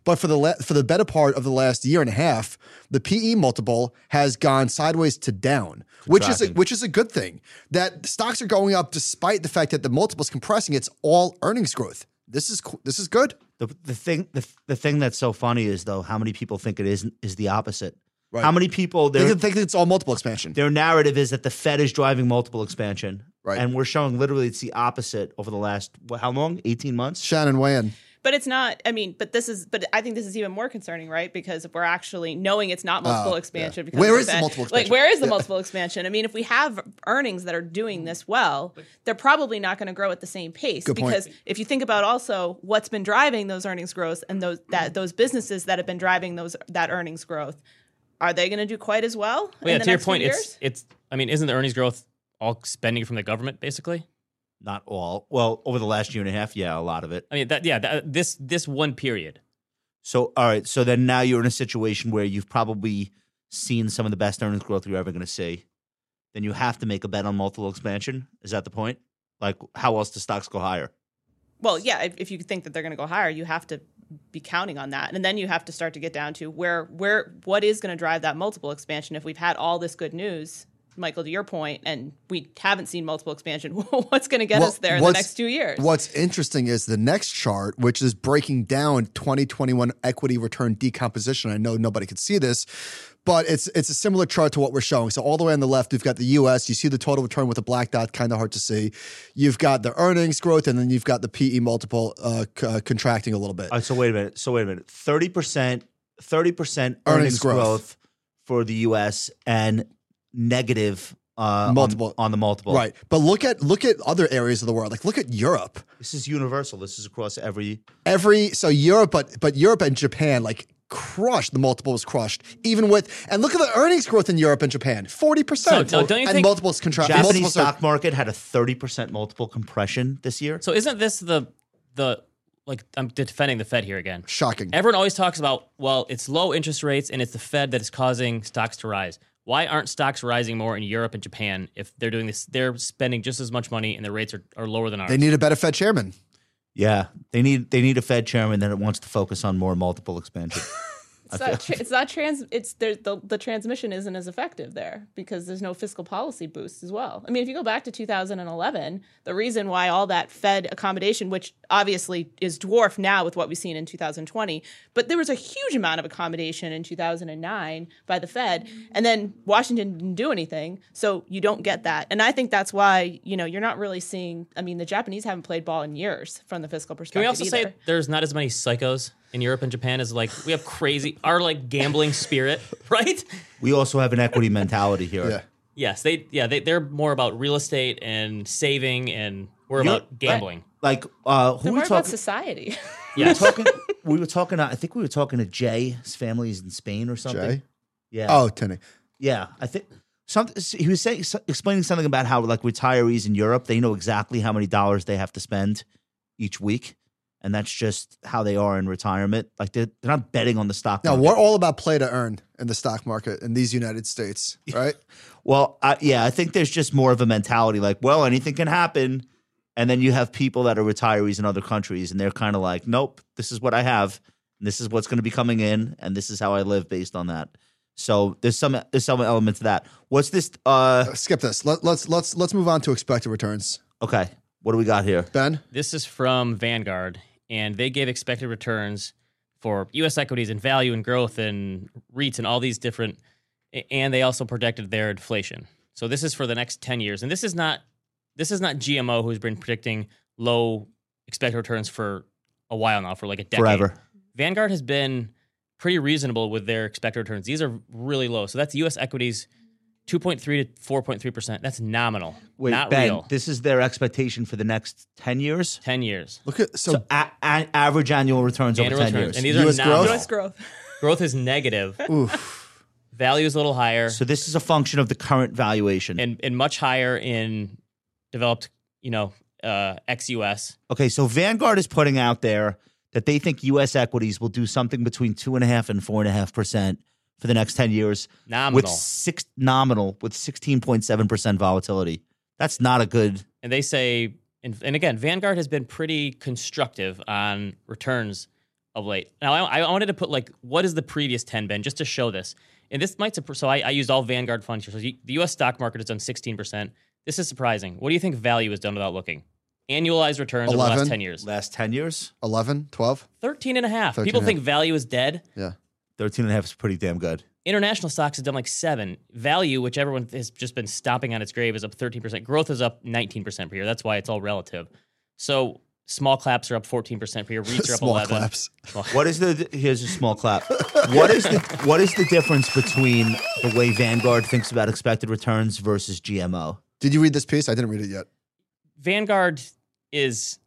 Speaker 4: but for the la- for the better part of the last year and a half, the PE multiple has gone sideways to down, which is a,
Speaker 1: Contracting.
Speaker 4: which is a good thing. That stocks are going up despite the fact that the multiple is compressing. It's all earnings growth. This is co- this is good,
Speaker 1: the the thing the, the thing that's so funny is though how many people think it isn't is the opposite.
Speaker 4: Right.
Speaker 1: How many people
Speaker 4: They
Speaker 1: their
Speaker 4: think it's all multiple expansion.
Speaker 1: their narrative is that the Fed is driving multiple expansion.
Speaker 4: Right.
Speaker 1: And we're showing literally it's the opposite over the last wh- how long? 18 months?
Speaker 4: Shannon Wayan.
Speaker 3: But it's not. I mean, but this is. But I think this is even more concerning, right? Because if we're actually knowing it's not multiple expansion. Because
Speaker 4: Oh, Where
Speaker 3: of
Speaker 4: is the
Speaker 3: Fed-
Speaker 4: multiple
Speaker 3: Like,
Speaker 4: expansion?
Speaker 3: where is the multiple expansion? I mean, if we have earnings that are doing this well, they're probably not going to grow at the same pace.
Speaker 4: Good point.
Speaker 3: because if you think about also what's been driving those earnings growth and those
Speaker 2: Mm-hmm.
Speaker 3: that those businesses that have been driving those that earnings growth, are they going to do quite as well?
Speaker 2: Well, yeah,
Speaker 3: in the
Speaker 2: to your
Speaker 3: next few
Speaker 2: point,
Speaker 3: years?
Speaker 2: it's it's. I mean, isn't the earnings growth all spending from the government basically?
Speaker 1: Not all. Well, over the last year and a half, yeah, a lot of it.
Speaker 2: I mean, that yeah, that, this this one period.
Speaker 1: So all right, so then now you're in a situation where you've probably seen some of the best earnings growth you're ever going to see. Then you have to make a bet on multiple expansion. Is that the point? Like how else do stocks go higher?
Speaker 3: Well, yeah, if, if you think that they're going to go higher, you have to be counting on that. And then you have to start to get down to where where what is going to drive that multiple expansion if we've had all this good news, Michael, to your point, and we haven't seen multiple expansion, what's going to get
Speaker 4: Well,
Speaker 3: us there in the
Speaker 4: what's-
Speaker 3: next 2 years?
Speaker 4: What's interesting is the next chart, which is breaking down 2021 equity return decomposition. I know nobody could see this, but it's it's a similar chart to what we're showing. So all the way on the left, we've got the U.S. You see the total return with a black dot, kind of hard to see. You've got the earnings growth, and then you've got the PE multiple uh, c- uh, contracting a little bit.
Speaker 1: All right, so wait a minute. So wait a minute. Thirty percent, thirty percent
Speaker 4: Earnings
Speaker 1: earnings
Speaker 4: growth.
Speaker 1: growth for the U.S. and negative uh, on-
Speaker 4: Multiple.
Speaker 1: on, the multiple.
Speaker 4: Right. But look at look at other areas of the world. Like look at Europe.
Speaker 1: This is universal. This is across every.
Speaker 4: Every so Europe, but but Europe and Japan like crushed the multiple was crushed even with and look at the earnings growth in Europe and Japan 40%
Speaker 2: So, no, don't you
Speaker 4: and
Speaker 2: think
Speaker 4: multiples contract
Speaker 1: Japanese
Speaker 4: multiples are-
Speaker 1: stock market had a thirty percent multiple compression this year.
Speaker 2: So isn't this the the like I'm defending the Fed here again?
Speaker 4: shocking
Speaker 2: Everyone always talks about well, it's low interest rates and it's the Fed that is causing stocks to rise. Why aren't stocks rising more in Europe and Japan if they're doing this? They're spending just as much money and their rates are, are lower than ours.
Speaker 4: they need a better Fed chairman
Speaker 1: Yeah, they need they need a Fed chairman that wants to focus on more multiple expansion.
Speaker 3: It's not, tra- it's not trans. It's there. The, the transmission isn't as effective there because there's no fiscal policy boost as well. I mean, if you go back to 2011, the reason why all that Fed accommodation, which obviously is dwarfed now with what we've seen in 2020, but there was a huge amount of accommodation in 2009 by the Fed, and then Washington didn't do anything, so you don't get that. And I think that's why you know you're not really seeing. I mean, the Japanese haven't played ball in years from the fiscal perspective.
Speaker 2: Can we also
Speaker 3: either.
Speaker 2: say there's not as many psychos in Europe and Japan as like we have crazy our like gambling spirit, right?
Speaker 1: we also have an equity mentality here.
Speaker 4: yeah
Speaker 2: Yes, they yeah they they're more about real estate and saving and we're
Speaker 1: You're-
Speaker 2: about gambling.
Speaker 1: Like uh, who
Speaker 3: They're
Speaker 1: we
Speaker 3: more about
Speaker 1: talking?
Speaker 3: society.
Speaker 1: we were talking. we were talking. To, I think we were talking to Jay. His family's in Spain or something.
Speaker 4: Jay
Speaker 1: Yeah.
Speaker 4: oh Tony
Speaker 1: Yeah, I think something he was saying so- explaining something about how like retirees in Europe, they know exactly how many dollars they have to spend each week. And that's just how they are in retirement. Like they're, they're not betting on the stock.
Speaker 4: now
Speaker 1: market.
Speaker 4: we're all about play to earn in the stock market in these United States right
Speaker 1: Well, I, yeah, I think there's just more of a mentality like, well, anything can happen. And then you have people that are retirees in other countries, and they're kind of like, nope, this is what I have, and this is what's going to be coming in, and this is how I live based on that. So there's some there's some element to that. What's this? Uh,
Speaker 4: skip this Let, let's let's let's move on to expected returns
Speaker 1: okay, what do we got here?
Speaker 4: Ben
Speaker 2: This is from Vanguard, and they gave expected returns for U.S. equities and value and growth and REITs and all these different, and they also projected their inflation. So this is for the next ten years, and this is not this is not GMO who's been predicting low expected returns for a while now, for like a decade.
Speaker 1: Forever.
Speaker 2: Vanguard has been pretty reasonable with their expected returns. These are really low. So that's U.S. equities, two point three to four point three percent. That's nominal,
Speaker 1: Wait,
Speaker 2: not
Speaker 1: Ben,
Speaker 2: real.
Speaker 1: this is their expectation for the next 10 years?
Speaker 2: ten years.
Speaker 4: look at so,
Speaker 1: So a- a- average annual returns
Speaker 2: Annual
Speaker 1: over 10
Speaker 2: returns.
Speaker 1: years.
Speaker 2: And these are
Speaker 4: US
Speaker 2: nominal.
Speaker 4: growth?
Speaker 3: That's growth.
Speaker 2: Growth is negative.
Speaker 4: oof
Speaker 2: Value is a little higher
Speaker 1: so this is a function of the current valuation.
Speaker 2: and, and much higher in developed, you know, uh, ex-US.
Speaker 1: okay, so Vanguard is putting out there that they think U.S. equities will do something between 2.5 and 4.5% for the next 10 years. With
Speaker 2: Nominal.
Speaker 1: six nominal with 16.7% volatility. That's not a good.
Speaker 2: and they say, and, and again, Vanguard has been pretty constructive on returns of late. Now, I, I wanted to put like, what is the previous 10 been just to show this? And this might, surpr- so I, I used all Vanguard funds here. So the the US stock market has done 16%. This is surprising. What do you think value has done without looking? Annualized returns over the last
Speaker 4: 11.
Speaker 2: 10 years.
Speaker 1: Last 10 years,
Speaker 4: 11 12
Speaker 2: 13 and a half.
Speaker 4: 13
Speaker 2: People
Speaker 4: and a
Speaker 2: think value is dead.
Speaker 4: yeah
Speaker 1: 13.5 is pretty damn good.
Speaker 2: international stocks have done like seven. Value, which everyone has just been stomping on its grave, is up 13%. Growth is up 19% per year. That's why it's all relative. So small claps are up 14% per year. REITs are up
Speaker 4: small
Speaker 2: 11.
Speaker 4: claps
Speaker 1: What is the here's a small clap. What is the what is the difference between the way Vanguard thinks about expected returns versus GMO?
Speaker 4: did you read this piece I didn't read it yet
Speaker 2: Vanguard is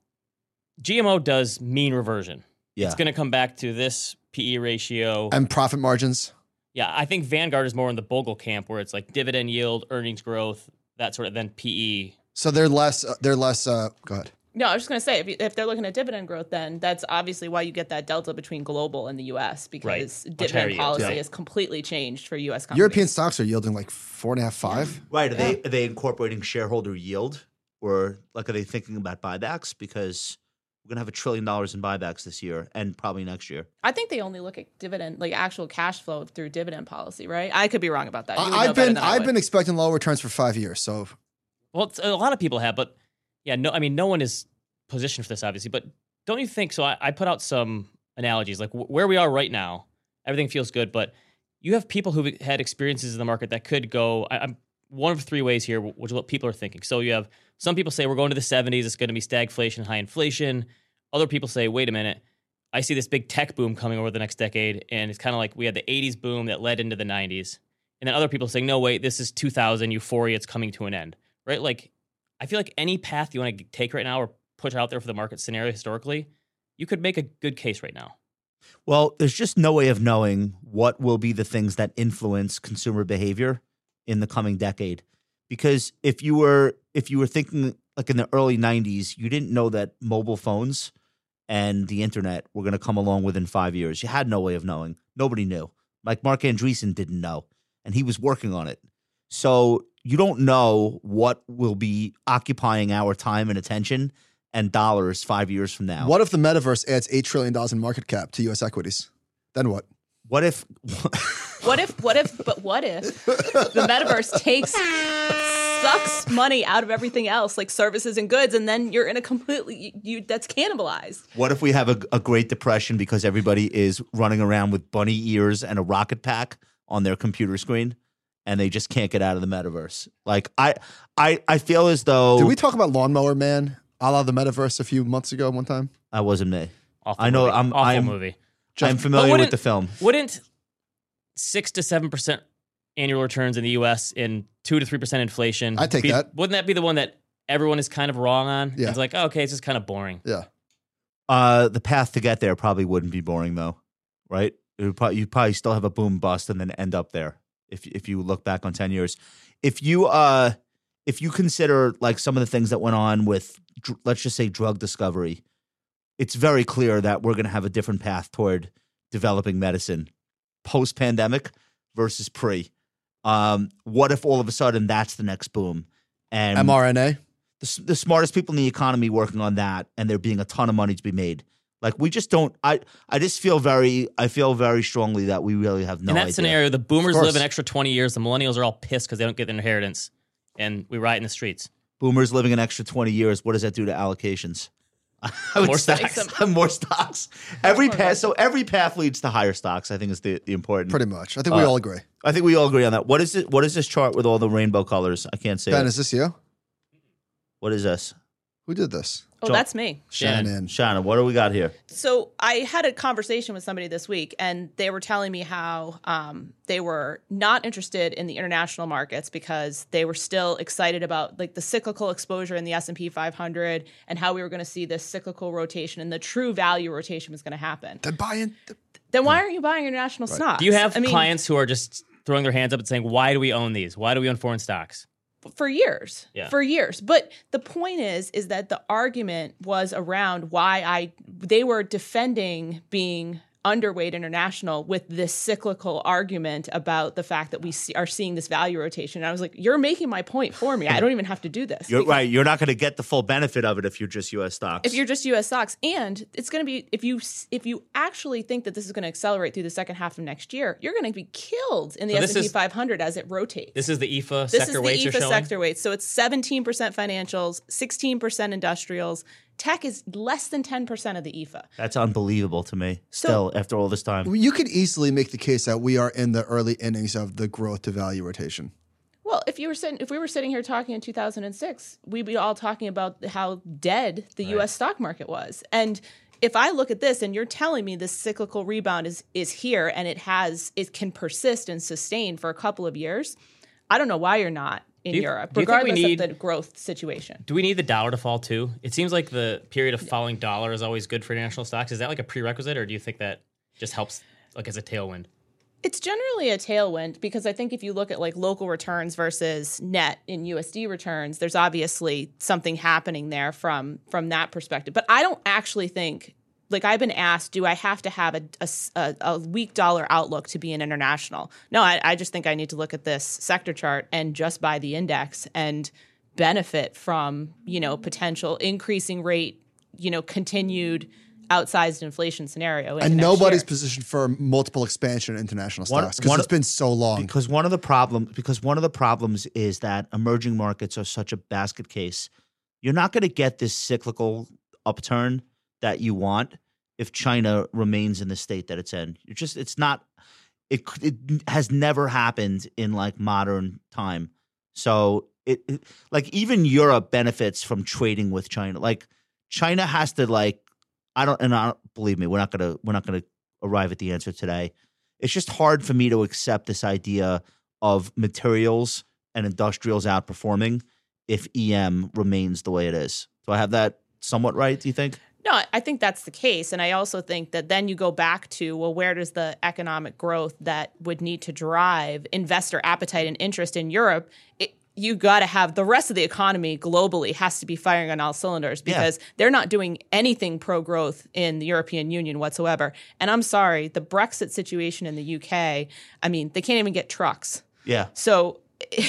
Speaker 2: GMO does mean reversion.
Speaker 1: Yeah.
Speaker 2: It's going to come back to this PE ratio.
Speaker 4: and profit margins
Speaker 2: yeah, I think Vanguard is more in the Bogle camp where it's like dividend yield, earnings growth, that sort of then E PE.
Speaker 4: so they're less uh, they're less uh, go ahead
Speaker 3: No, I was just going to say if, you- if they're looking at dividend growth, then that's obviously why you get that delta between global and the U.S. because
Speaker 2: Much higher
Speaker 3: dividend
Speaker 2: yield,
Speaker 3: policy
Speaker 2: yeah.
Speaker 3: is completely changed for U.S. companies.
Speaker 4: European stocks are yielding like four and a half five
Speaker 1: Right. Are they are they incorporating shareholder yield or like are they thinking about buybacks? Because we're gonna have a trillion dollars in buybacks this year and probably next year.
Speaker 3: I think they only look at dividend, like actual cash flow through dividend policy, right? I could be wrong about that. Uh, You would
Speaker 4: I,
Speaker 3: know
Speaker 4: I've
Speaker 3: better
Speaker 4: been
Speaker 3: than I
Speaker 4: I've
Speaker 3: would.
Speaker 4: been expecting low returns for five years. So
Speaker 2: Well, it's, a lot of people have, but yeah, no, I mean, no one is positioned for this, obviously. But don't you think? So I, I put out some analogies, like wh- where we are right now, everything feels good, but you have people who've had experiences in the market that could go. I, I'm one of three ways here, wh- which is what people are thinking. So you have some people say we're going to the 70s, it's going to be stagflation, high inflation. Other people say, wait a minute, I see this big tech boom coming over the next decade, and it's kind of like we had the 80s boom that led into the 90s and then other people saying, "No, wait, this is 2000 euphoria. It's coming to an end." Right? Like, I feel like any path you want to take right now or put out there for the market scenario historically, you could make a good case right now.
Speaker 1: Well, there's just no way of knowing what will be the things that influence consumer behavior in the coming decade. Because if you were if you were thinking like in the early 90s, you didn't know that mobile phones and the internet were going to come along within 5 years. You had no way of knowing. Nobody knew. Like Mark Andreessen didn't know and he was working on it. So you don't know what will be occupying our time and attention and dollars 5 years from now.
Speaker 4: What if the metaverse adds eight trillion dollars in market cap to U.S. equities? Then what?
Speaker 1: What if
Speaker 3: What if, what if, but what if the metaverse takes, sucks money out of everything else, like services and goods, and then you're in a completely, you, you that's cannibalized.
Speaker 1: What if we have a, a Great Depression because everybody is running around with bunny ears and a rocket pack on their computer screen, and they just can't get out of the metaverse? Like I, I, I feel as though
Speaker 4: Did we talk about Lawnmower Man a la the metaverse a few months ago? One time,
Speaker 1: I wasn't me.
Speaker 2: Awful
Speaker 1: I know,
Speaker 2: Movie.
Speaker 1: I'm-
Speaker 2: Awful
Speaker 1: I'm-
Speaker 2: movie.
Speaker 1: I'm
Speaker 2: But
Speaker 1: familiar with
Speaker 2: wouldn't-
Speaker 1: the film.
Speaker 2: Wouldn't six to seven percent annual returns in the U.S. and two to three percent inflation?
Speaker 4: I'd take
Speaker 2: be-
Speaker 4: that.
Speaker 2: Wouldn't that be the one that everyone is kind of wrong on?
Speaker 4: Yeah.
Speaker 2: It's like, oh, okay, it's just kind of boring.
Speaker 4: yeah.
Speaker 1: Uh, the path to get there probably wouldn't be boring though, right? It would probably, you'd probably still have a boom bust and then end up there if if you look back on ten years. If you uh, if you consider like some of the things that went on with dr- let's just say drug discovery, it's very clear that we're going to have a different path toward developing medicine post pandemic versus pre. Um, what if all of a sudden that's the next boom? And
Speaker 4: mRNA.
Speaker 1: the, s- the smartest people in the economy working on that and there being a ton of money to be made like we just don't i i just feel very i feel very strongly that we really have no
Speaker 2: in that
Speaker 1: idea
Speaker 2: scenario, the boomers
Speaker 4: course.
Speaker 2: live an extra twenty years. The millennials are all pissed because they don't get their inheritance, and we riot in the streets.
Speaker 1: boomers living an extra 20 years what does that do to allocations I would
Speaker 2: More
Speaker 1: stocks. more stocks every path so every path leads to higher stocks i think is the, the important
Speaker 4: Pretty much. I think we all agree.
Speaker 1: i think we all agree on that what is it what is this chart with all the rainbow colors i can't say
Speaker 4: Ben,
Speaker 1: it.
Speaker 4: is this you?
Speaker 1: what is this
Speaker 4: Who did this?
Speaker 3: Oh,
Speaker 1: Sure.
Speaker 3: that's me.
Speaker 2: Shannon.
Speaker 4: Shannon.
Speaker 1: shannon what do we got here
Speaker 3: so I had a conversation with somebody this week, and they were telling me how um, they were not interested in the international markets because they were still excited about like the cyclical exposure in the S and P 500 and how we were going to see this cyclical rotation and the true value rotation was going to happen.
Speaker 4: Then buy in.
Speaker 3: Then why aren't you buying international stocks?
Speaker 2: Do you have
Speaker 3: I mean,
Speaker 2: clients who are just throwing their hands up and saying, "Why do we own these? Why do we own foreign stocks?"
Speaker 3: for years
Speaker 2: Yeah.
Speaker 3: for years but the point is is that the argument was around why i they were defending being underweight international with this cyclical argument about the fact that we see, are seeing this value rotation and i was like you're making my point for me i don't even have to do this
Speaker 1: you're
Speaker 3: because
Speaker 1: right you're not going to get the full benefit of it if you're just us stocks
Speaker 3: if you're just us stocks and it's going to be if you s- if you actually think that this is going to accelerate through the second half of next year you're going to be killed in the
Speaker 2: So this
Speaker 3: s&p
Speaker 2: is-
Speaker 3: 500 as it rotates
Speaker 2: This is the IFA
Speaker 3: This
Speaker 2: sector
Speaker 3: is
Speaker 2: weights
Speaker 3: the
Speaker 2: you're
Speaker 3: EFA
Speaker 2: showing.
Speaker 3: sector weights. So it's 17% financials, 16% industrials. Tech is less than 10% of the E EFA.
Speaker 1: That's unbelievable to me. Still, after all this time,
Speaker 4: You could easily make the case that we are in the early innings of the growth to value rotation.
Speaker 3: Well, if you were sitting, if we were sitting here talking in 2006, we'd be all talking about how dead the U.S. stock market was. And if I look at this, and you're telling me this cyclical rebound is is here and it has it can persist and sustain for a couple of years, I don't know why you're not in
Speaker 2: Do you-
Speaker 3: Europe,
Speaker 2: do you think we
Speaker 3: regardless
Speaker 2: need-
Speaker 3: of the growth situation.
Speaker 2: Do we need the dollar to fall too? It seems like the period of falling dollar is always good for international stocks. Is that like a prerequisite, or do you think that just helps, like as a tailwind?
Speaker 3: It's generally a tailwind because I think if you look at like local returns versus net in USD returns, there's obviously something happening there from from that perspective. But I don't actually think like I've been asked, do I have to have a, a s- a- a weak dollar outlook to be an international? No, I, I just think I need to look at this sector chart and just buy the index and benefit from you know potential increasing rate, you know, continued outsized inflation scenario. into
Speaker 4: And
Speaker 3: next
Speaker 4: nobody's
Speaker 3: year.
Speaker 4: positioned for multiple expansion in international
Speaker 1: One-
Speaker 4: stocks because
Speaker 1: one-
Speaker 4: it's been so long.
Speaker 1: because one of the problems because one of the problems is that emerging markets are such a basket case. You're not going to get this cyclical upturn that you want if China remains in the state that it's in. You're just it's not it c- it has never happened in like modern time. So it, it like even Europe benefits from trading with China. Like China has to like I don't and I don't, believe me, we're not gonna we're not gonna arrive at the answer today. It's just hard for me to accept this idea of materials and industrials outperforming if EM remains the way it is. Do I have that somewhat right, do you think?
Speaker 3: No, I- I think that's the case. And I also think that then you go back to, well, where does the economic growth that would need to drive investor appetite and interest in Europe? It, you got to have the rest of the economy globally has to be firing on all cylinders because they're not doing anything pro growth in the European Union whatsoever. And I'm sorry, the Brexit situation in the UK, I mean, they can't even get trucks.
Speaker 1: Yeah.
Speaker 3: So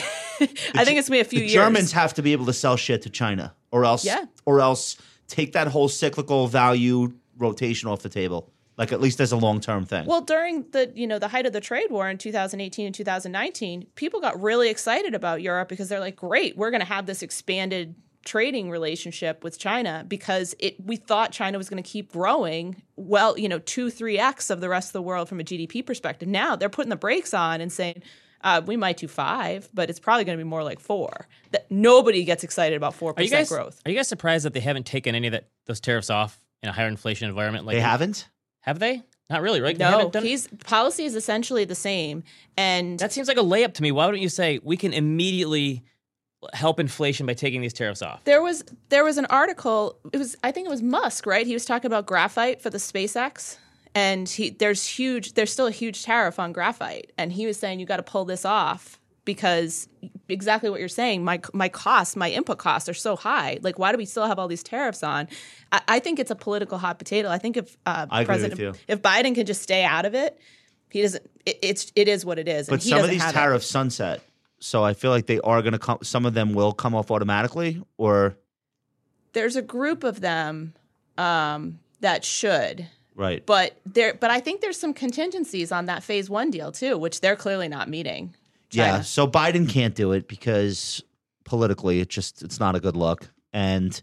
Speaker 3: I think it's going to be a few
Speaker 1: the
Speaker 3: years.
Speaker 1: Germans have to be able to sell shit to China, or else,
Speaker 3: Yeah.
Speaker 1: or else take that whole cyclical value rotation off the table. Like at least as a long term thing.
Speaker 3: Well, during the you know the height of the trade war in 2018 and 2019, people got really excited about Europe because they're like, "Great, we're going to have this expanded trading relationship with China because it we thought China was going to keep growing, well, you know, 2-3x of the rest of the world from a GDP perspective. Now, they're putting the brakes on and saying uh, we might do five, but it's probably going to be more like four. That nobody gets excited about four
Speaker 2: Are you
Speaker 3: percent
Speaker 2: guys
Speaker 3: growth.
Speaker 2: Are you guys surprised that they haven't taken any of that those tariffs off in a higher inflation environment? Like
Speaker 1: they haven't.
Speaker 2: Have they? Not really, right? They
Speaker 3: No,
Speaker 2: haven't done-
Speaker 3: he's policy is essentially the same, and
Speaker 2: that seems like a layup to me. Why wouldn't you say we can immediately help inflation by taking these tariffs off?
Speaker 3: There was there was an article. It was I think it was Musk, right? He was talking about graphite for the SpaceX, and he there's huge there's still a huge tariff on graphite, and he was saying you got to pull this off because exactly what you're saying. My my costs, my input costs are so high. Like why do we still have all these tariffs on? I, I think it's a political hot potato. I think if uh,
Speaker 1: I agree with
Speaker 3: President
Speaker 1: you.
Speaker 3: if Biden can just stay out of it, he doesn't. It, it's it is what it is. and
Speaker 1: But
Speaker 3: he
Speaker 1: some of
Speaker 3: doesn't
Speaker 1: these
Speaker 3: have it.
Speaker 1: tariffs sunset, so I feel like they are going to come. Some of them will come off automatically, or
Speaker 3: there's a group of them um, that should.
Speaker 1: right.
Speaker 3: But there, but I think there's some contingencies on that phase one deal too, which they're clearly not meeting.
Speaker 1: Yeah. So Biden can't do it because politically, it just it's not a good look, and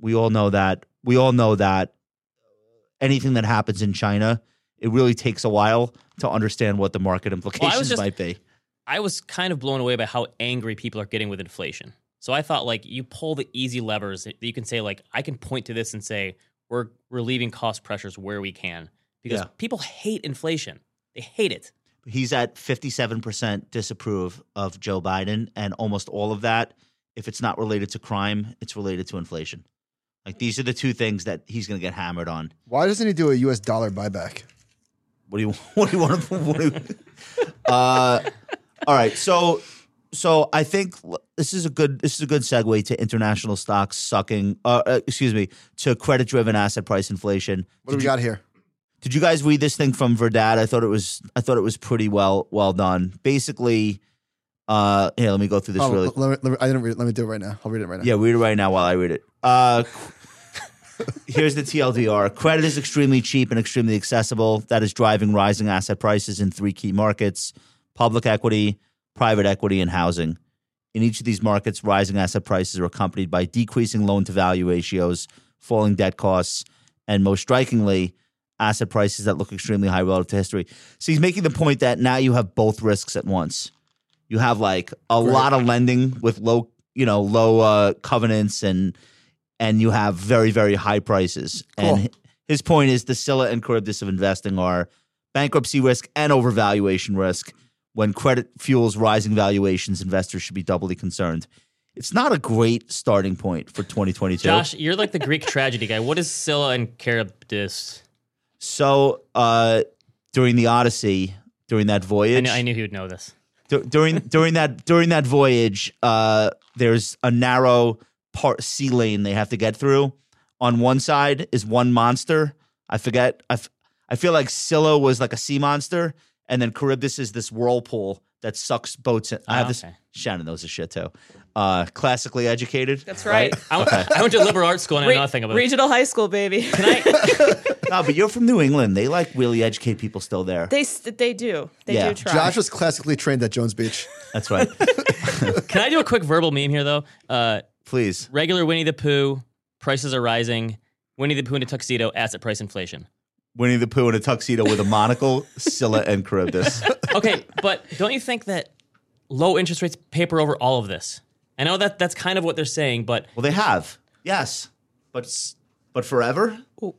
Speaker 1: we all know that. We all know that anything that happens in China, it really takes a while to understand what the market implications
Speaker 2: just-
Speaker 1: might be.
Speaker 2: I was kind of blown away by how angry people are getting with inflation. So I thought like you pull the easy levers that you can say like I can point to this and say we're relieving cost pressures where we can because
Speaker 1: Yeah.
Speaker 2: people hate inflation. They hate it.
Speaker 1: He's at fifty-seven percent disapprove of Joe Biden, and almost all of that, if it's not related to crime, it's related to inflation. Like these are the two things that he's going to get hammered on.
Speaker 4: Why doesn't he do a U.S. dollar buyback?
Speaker 1: What do you What do you want to? What do you- uh, all right, so so I think l- this is a good this is a good segue to international stocks sucking. Uh, uh, excuse me, to credit driven asset price inflation.
Speaker 4: What do we got here?
Speaker 1: Did you guys read this thing from Verdad? I thought it was I thought it was pretty well well done. Basically, uh, here let me go through this
Speaker 4: Oh,
Speaker 1: really.
Speaker 4: let me, let me, I didn't read it. Let me do it right now. I'll read it right now.
Speaker 1: Yeah, read it right now while I read it. Uh, here's the TLDR. Credit is extremely cheap and extremely accessible. That is driving rising asset prices in three key markets public equity, private equity, and housing. In each of these markets, rising asset prices are accompanied by decreasing loan to value ratios, falling debt costs, and most strikingly, asset prices that look extremely high relative to history. So he's making the point that now you have both risks at once. You have like a lot of lending with low, you know, low uh, covenants and and you have very very high prices. And
Speaker 4: Cool.
Speaker 1: hi- his point is the Scylla and Charybdis of investing are bankruptcy risk and overvaluation risk. When credit fuels rising valuations, investors should be doubly concerned. It's not a great starting point for 2022.
Speaker 2: Josh, you're like the Greek tragedy guy. What is Scylla and Charybdis?
Speaker 1: So uh, during the Odyssey, during that
Speaker 2: I
Speaker 1: voyage,
Speaker 2: knew, I knew he would know this.
Speaker 1: du- during during that during that voyage, uh, there's a narrow part sea lane they have to get through. On one side is one monster. I forget. I, f- I feel like Scylla was like a sea monster, and then Charybdis is this whirlpool that sucks boats. In. I have
Speaker 2: Ah,
Speaker 1: this.
Speaker 2: okay.
Speaker 1: Shannon knows this shit too. Uh, classically educated.
Speaker 3: That's right.
Speaker 2: I, went- I went to liberal arts school and I know
Speaker 3: Re-
Speaker 2: nothing about it.
Speaker 3: regional high school, baby.
Speaker 1: no, but you're from New England. They like really educate people still there.
Speaker 3: they s- they do they
Speaker 1: Yeah.
Speaker 3: do try.
Speaker 4: Josh was classically trained at Jones Beach.
Speaker 1: That's right.
Speaker 2: Can I do a quick verbal meme here though? Uh,
Speaker 1: Please.
Speaker 2: regular Winnie the Pooh prices are rising. Winnie the Pooh in a tuxedo, asset price inflation.
Speaker 1: Winnie the Pooh in a tuxedo with a monocle, Scylla and Charybdis.
Speaker 2: okay, but don't you think that low interest rates paper over all of this? I know that that's kind of what they're saying, but
Speaker 1: Well, they have. Yes. But s- but forever?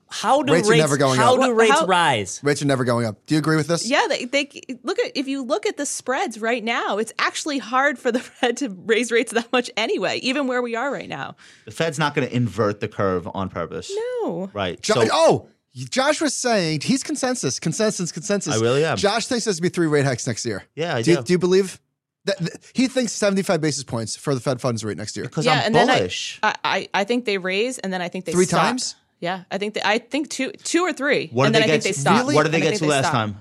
Speaker 2: How do
Speaker 4: Rates
Speaker 2: rates,
Speaker 4: are never going
Speaker 2: how
Speaker 4: up.
Speaker 2: do rates
Speaker 3: How-
Speaker 2: rise?
Speaker 4: Rates are never going up. Do you agree with this?
Speaker 3: Yeah, they, they look at if you look at the spreads right now, it's actually hard for the Fed to raise rates that much anyway, even where we are right now.
Speaker 1: The Fed's not going to invert the curve on purpose.
Speaker 3: No.
Speaker 1: Right.
Speaker 4: Jo-
Speaker 1: So
Speaker 4: oh, Josh was saying he's consensus, consensus, consensus.
Speaker 1: I really am.
Speaker 4: Josh thinks there's gonna be three rate hikes next year.
Speaker 1: Yeah, I
Speaker 4: do. You,
Speaker 1: do.
Speaker 4: do you believe that, that- he thinks 75 basis points for the Fed funds rate next year?
Speaker 1: because
Speaker 3: Yeah,
Speaker 1: I'm
Speaker 3: and then I- uh,
Speaker 1: bullish.
Speaker 3: I, I, I think they raise and then I think they
Speaker 4: Three
Speaker 3: stop.
Speaker 4: times?
Speaker 3: Yeah, I think they, I think two two or three,
Speaker 1: what
Speaker 3: and
Speaker 1: did
Speaker 3: then
Speaker 1: they
Speaker 3: I
Speaker 1: get?
Speaker 3: think they stop.
Speaker 1: What did they
Speaker 3: I think
Speaker 1: get to last
Speaker 3: stop.
Speaker 1: time?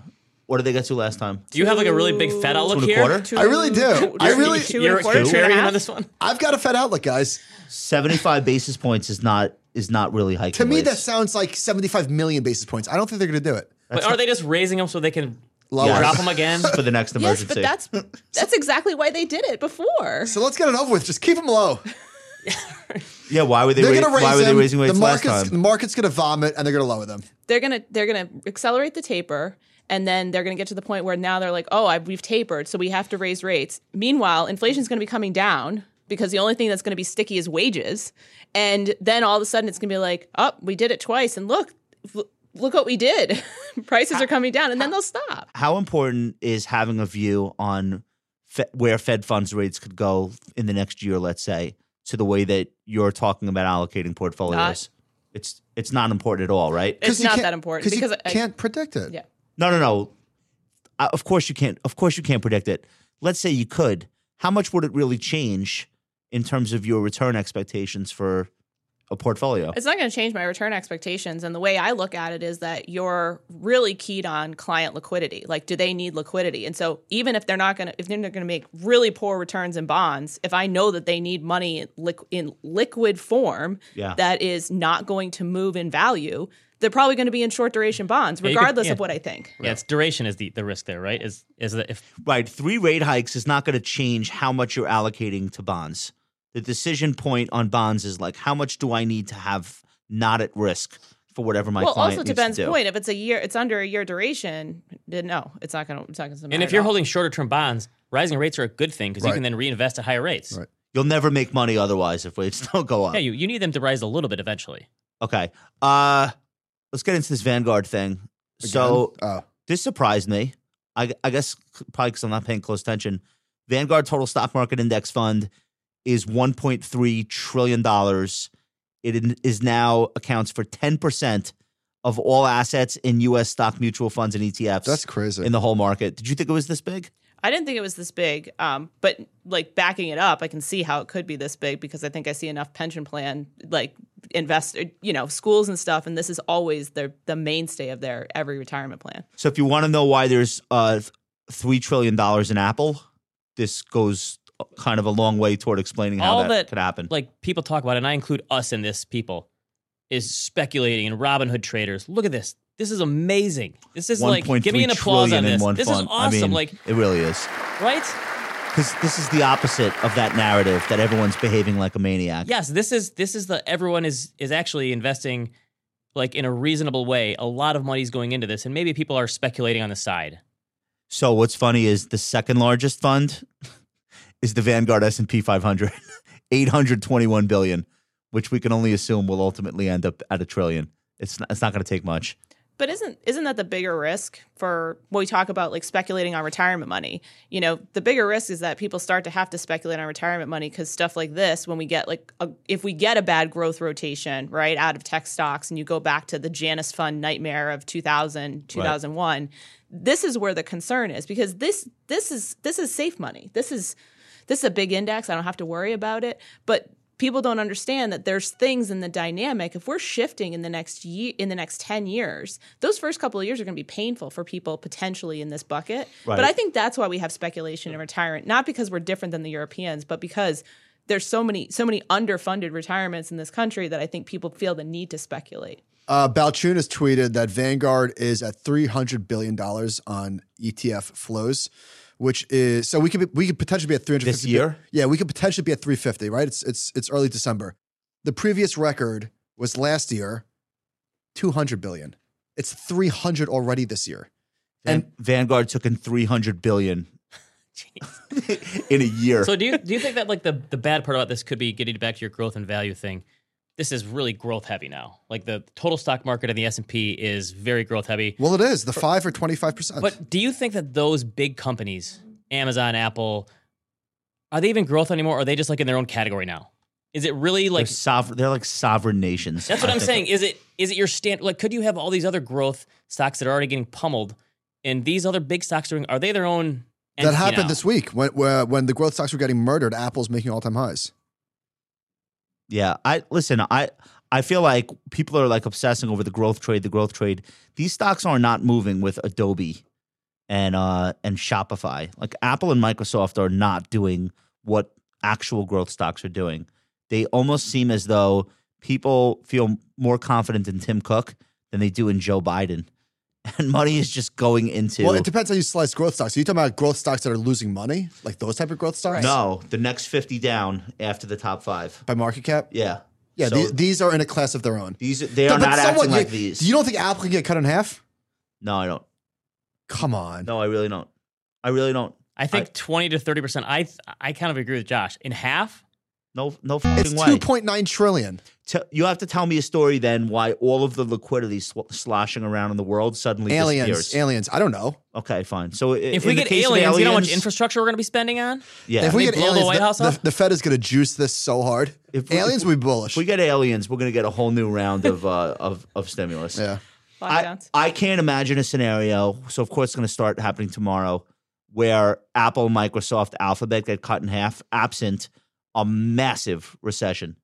Speaker 1: What did they get to last time?
Speaker 2: Do you have like a really big Fed outlook
Speaker 1: Two and a
Speaker 2: here?
Speaker 1: quarter?
Speaker 3: Two-
Speaker 4: I really do. I really-
Speaker 3: two
Speaker 2: You're
Speaker 3: and a quarter, two and a
Speaker 2: contrarian
Speaker 3: half?
Speaker 2: on this one.
Speaker 4: I've got a Fed outlook, guys.
Speaker 1: Seventy-five basis points is not is not really hiking.
Speaker 4: To me,
Speaker 1: rates.
Speaker 4: that sounds like 75 million basis points. I don't think they're gonna do it.
Speaker 2: But are they just raising them so they can
Speaker 4: Lower.
Speaker 1: Yeah.
Speaker 2: drop them again?
Speaker 1: for the next
Speaker 3: Yes,
Speaker 1: emergency.
Speaker 3: but that's that's exactly why they did it before.
Speaker 4: So let's get it over with. Just keep them low.
Speaker 1: yeah. Why were they?
Speaker 4: They're
Speaker 1: ra-
Speaker 4: gonna raise
Speaker 1: why were they
Speaker 4: them.
Speaker 1: raising rates
Speaker 4: the
Speaker 1: last
Speaker 4: market's
Speaker 1: time?
Speaker 4: the market's gonna vomit and they're gonna lower them.
Speaker 3: they're gonna they're gonna accelerate the taper and then they're gonna get to the point where now they're like oh I, we've tapered so we have to raise rates meanwhile inflation's gonna be coming down because the only thing that's gonna be sticky is wages and then all of a sudden it's gonna be like oh we did it twice and look l- look what we did prices are coming down and then they'll stop
Speaker 1: How important is having a view on fe- where Fed funds rates could go in the next year? Let's say to the way that you're talking about allocating portfolios.
Speaker 3: Not-
Speaker 1: it's it's not important at all, right?
Speaker 3: it's
Speaker 4: you
Speaker 3: not
Speaker 4: can't-
Speaker 3: that important because
Speaker 4: you
Speaker 3: I-
Speaker 4: can't predict it.
Speaker 3: Yeah.
Speaker 1: No, no, no. I, of course you can't. Of course you can't predict it. Let's say you could. How much would it really change in terms of your return expectations for a portfolio?
Speaker 3: It's not going to change my return expectations. And the way I look at it is that you're really keyed on client liquidity. Like, do they need liquidity? And so, even if they're not going to, if they're going to make really poor returns in bonds, if I know that they need money in, liqu- in liquid form
Speaker 1: Yeah.
Speaker 3: that is not going to move in value, they're probably going to be in short duration bonds,
Speaker 2: you could-
Speaker 3: regardless of
Speaker 2: yeah.
Speaker 3: what I think.
Speaker 2: Yeah, it's duration is the, the risk there, right? Is is that if
Speaker 1: Right. Three rate hikes is not going to change how much you're allocating to bonds. The decision point on bonds is like, how much do I need to have not at risk for whatever my
Speaker 3: well,
Speaker 1: client
Speaker 3: also to
Speaker 1: needs
Speaker 3: Ben's
Speaker 1: to do?
Speaker 3: point, if it's a year, it's under a year duration, then no, it's not going to, it's not going to.
Speaker 2: and if you're holding shorter term bonds, rising rates are a good thing because you
Speaker 4: Right.
Speaker 2: can then reinvest at higher rates.
Speaker 4: Right.
Speaker 1: You'll never make money otherwise if rates don't go up.
Speaker 2: Yeah, you, you need them to rise a little bit eventually.
Speaker 1: Okay. Uh, let's get into this Vanguard thing. So
Speaker 4: Again? uh,
Speaker 1: this surprised me. I, I guess probably because I'm not paying close attention. Vanguard Total Stock Market Index Fund is 1.3 trillion dollars. It in- is now accounts for 10 percent of all assets in U.S. stock mutual funds and ETFs.
Speaker 4: that's crazy.
Speaker 1: in the whole market. Did you think it was this big?
Speaker 3: I didn't think it was this big, um, but like backing it up, I can see how it could be this big because I think I see enough pension plan like investor, you know, schools and stuff, and this is always the the mainstay of their every retirement plan.
Speaker 1: So if you want to know why there's uh, three trillion dollars in Apple, this goes uh, kind of a long way toward explaining how
Speaker 2: All
Speaker 1: that,
Speaker 2: that-
Speaker 1: could happen.
Speaker 2: Like people talk about, it, and I include us in this people, is speculating and Robinhood traders. Look at this. This is amazing. This is like give me an
Speaker 1: 1.3
Speaker 2: applause on
Speaker 1: trillion in
Speaker 2: this.
Speaker 1: one
Speaker 2: This is
Speaker 1: fund. I
Speaker 2: awesome.
Speaker 1: mean,
Speaker 2: like
Speaker 1: it really is.
Speaker 2: right?
Speaker 1: Because this is the opposite of that narrative that everyone's behaving like a maniac.
Speaker 2: yes this is this is the everyone is is actually investing like in a reasonable way a lot of money's going into this and maybe people are speculating on the side
Speaker 1: So what's funny is the second largest fund is the Vanguard S and P 500, 821 billion, which we can only assume will ultimately end up at a trillion. It's not, it's not going to take much.
Speaker 3: But isn't isn't that the bigger risk for when we talk about like speculating on retirement money? You know, the bigger risk is that people start to have to speculate on retirement money because stuff like this, when we get like a, if we get a bad growth rotation right out of tech stocks, and you go back to the Janus Fund nightmare of 2000, 2001, this is where the concern is because this this is this is safe money. This is this is a big index. I don't have to worry about it. But people don't understand that there's things in the dynamic. If we're shifting in the next year, in the next 10 years, those first couple of years are going to be painful for people potentially in this bucket. But I think that's why we have speculation in retirement, not because we're different than the Europeans, but because there's so many so many underfunded retirements in this country that I think people feel the need to speculate.
Speaker 4: Uh, Balchun has tweeted that Vanguard is at three hundred billion dollars on ETF flows, which is so we could be, we could potentially be at three hundred
Speaker 1: This year?
Speaker 4: Yeah, we could potentially be at three fifty. Right? It's it's it's early December. The previous record was last year, two hundred billion. It's three hundred already this year.
Speaker 1: And
Speaker 4: And-
Speaker 1: Vanguard took in 300 billion
Speaker 2: Jeez.
Speaker 1: in a year.
Speaker 2: so do you do you think that like the the bad part about this could be getting back to your growth and value thing this is really growth heavy now. Like the total stock market and the S and P is very growth heavy.
Speaker 4: Well, it is the five or twenty five percent.
Speaker 2: But do you think that those big companies, Amazon, Apple, are they even growth anymore? Or are they just like in their own category now? Is it really
Speaker 1: They're
Speaker 2: like
Speaker 1: sovereign. They're like sovereign nations.
Speaker 2: that's what
Speaker 1: I
Speaker 2: I'm
Speaker 1: think.
Speaker 2: saying? Is it is it your stand? Like, could you have all these other growth stocks that are already getting pummeled, and these other big stocks doing? Are they their own?
Speaker 4: that
Speaker 2: entity
Speaker 4: happened
Speaker 2: now?
Speaker 4: this week when where, when the growth stocks were getting murdered. Apple's making all time highs.
Speaker 1: Yeah, I listen. I I feel like people are like obsessing over the growth trade, the growth trade. These stocks are not moving with Adobe and uh and Shopify. Like Apple and Microsoft are not doing what actual growth stocks are doing. They almost seem as though people feel more confident in Tim Cook than they do in Joe Biden. And money is just going into
Speaker 4: Well, it depends how you slice growth stocks. Are you talking about growth stocks that are losing money, like those type of growth stocks?
Speaker 1: no, the next 50 down after the top 5.
Speaker 4: by market cap.
Speaker 1: Yeah.
Speaker 4: Yeah,
Speaker 1: So
Speaker 4: the- these are in a class of their own.
Speaker 1: these they are
Speaker 4: But
Speaker 1: not
Speaker 4: someone-
Speaker 1: acting like
Speaker 4: you-
Speaker 1: these.
Speaker 4: You don't think Apple can get cut in half?
Speaker 1: no, I don't.
Speaker 4: Come on.
Speaker 1: No, I really don't. I really don't.
Speaker 2: I think 20 to 30 percent. I I kind of agree with Josh. In half,
Speaker 1: No, no
Speaker 4: It's
Speaker 1: fucking way.
Speaker 4: two point nine trillion.
Speaker 1: Te- you have to tell me a story then why all of the liquidity sw- sloshing around in the world suddenly
Speaker 4: Aliens.
Speaker 1: disappears.
Speaker 4: Aliens. I don't know.
Speaker 1: okay, fine. So i-
Speaker 2: if
Speaker 1: in
Speaker 2: we
Speaker 1: the
Speaker 2: get
Speaker 1: case of
Speaker 2: aliens, you know how much
Speaker 1: aliens-
Speaker 2: infrastructure we're going to be spending on.
Speaker 1: Yeah,
Speaker 4: if we
Speaker 2: they
Speaker 4: get
Speaker 2: blow the
Speaker 4: aliens,
Speaker 2: White House
Speaker 4: the,
Speaker 2: up?
Speaker 4: the Fed is going to juice this so hard.
Speaker 1: If
Speaker 4: If
Speaker 1: we-
Speaker 4: aliens,
Speaker 1: if
Speaker 4: we, bullish.
Speaker 1: if we get aliens, we're gonna get a whole new round of uh, of of stimulus.
Speaker 4: yeah.
Speaker 1: I,
Speaker 3: Lockdowns.
Speaker 1: I can't imagine a scenario. So of course it's going to start happening tomorrow, where Apple, Microsoft, Alphabet get cut in half, absent a massive recession.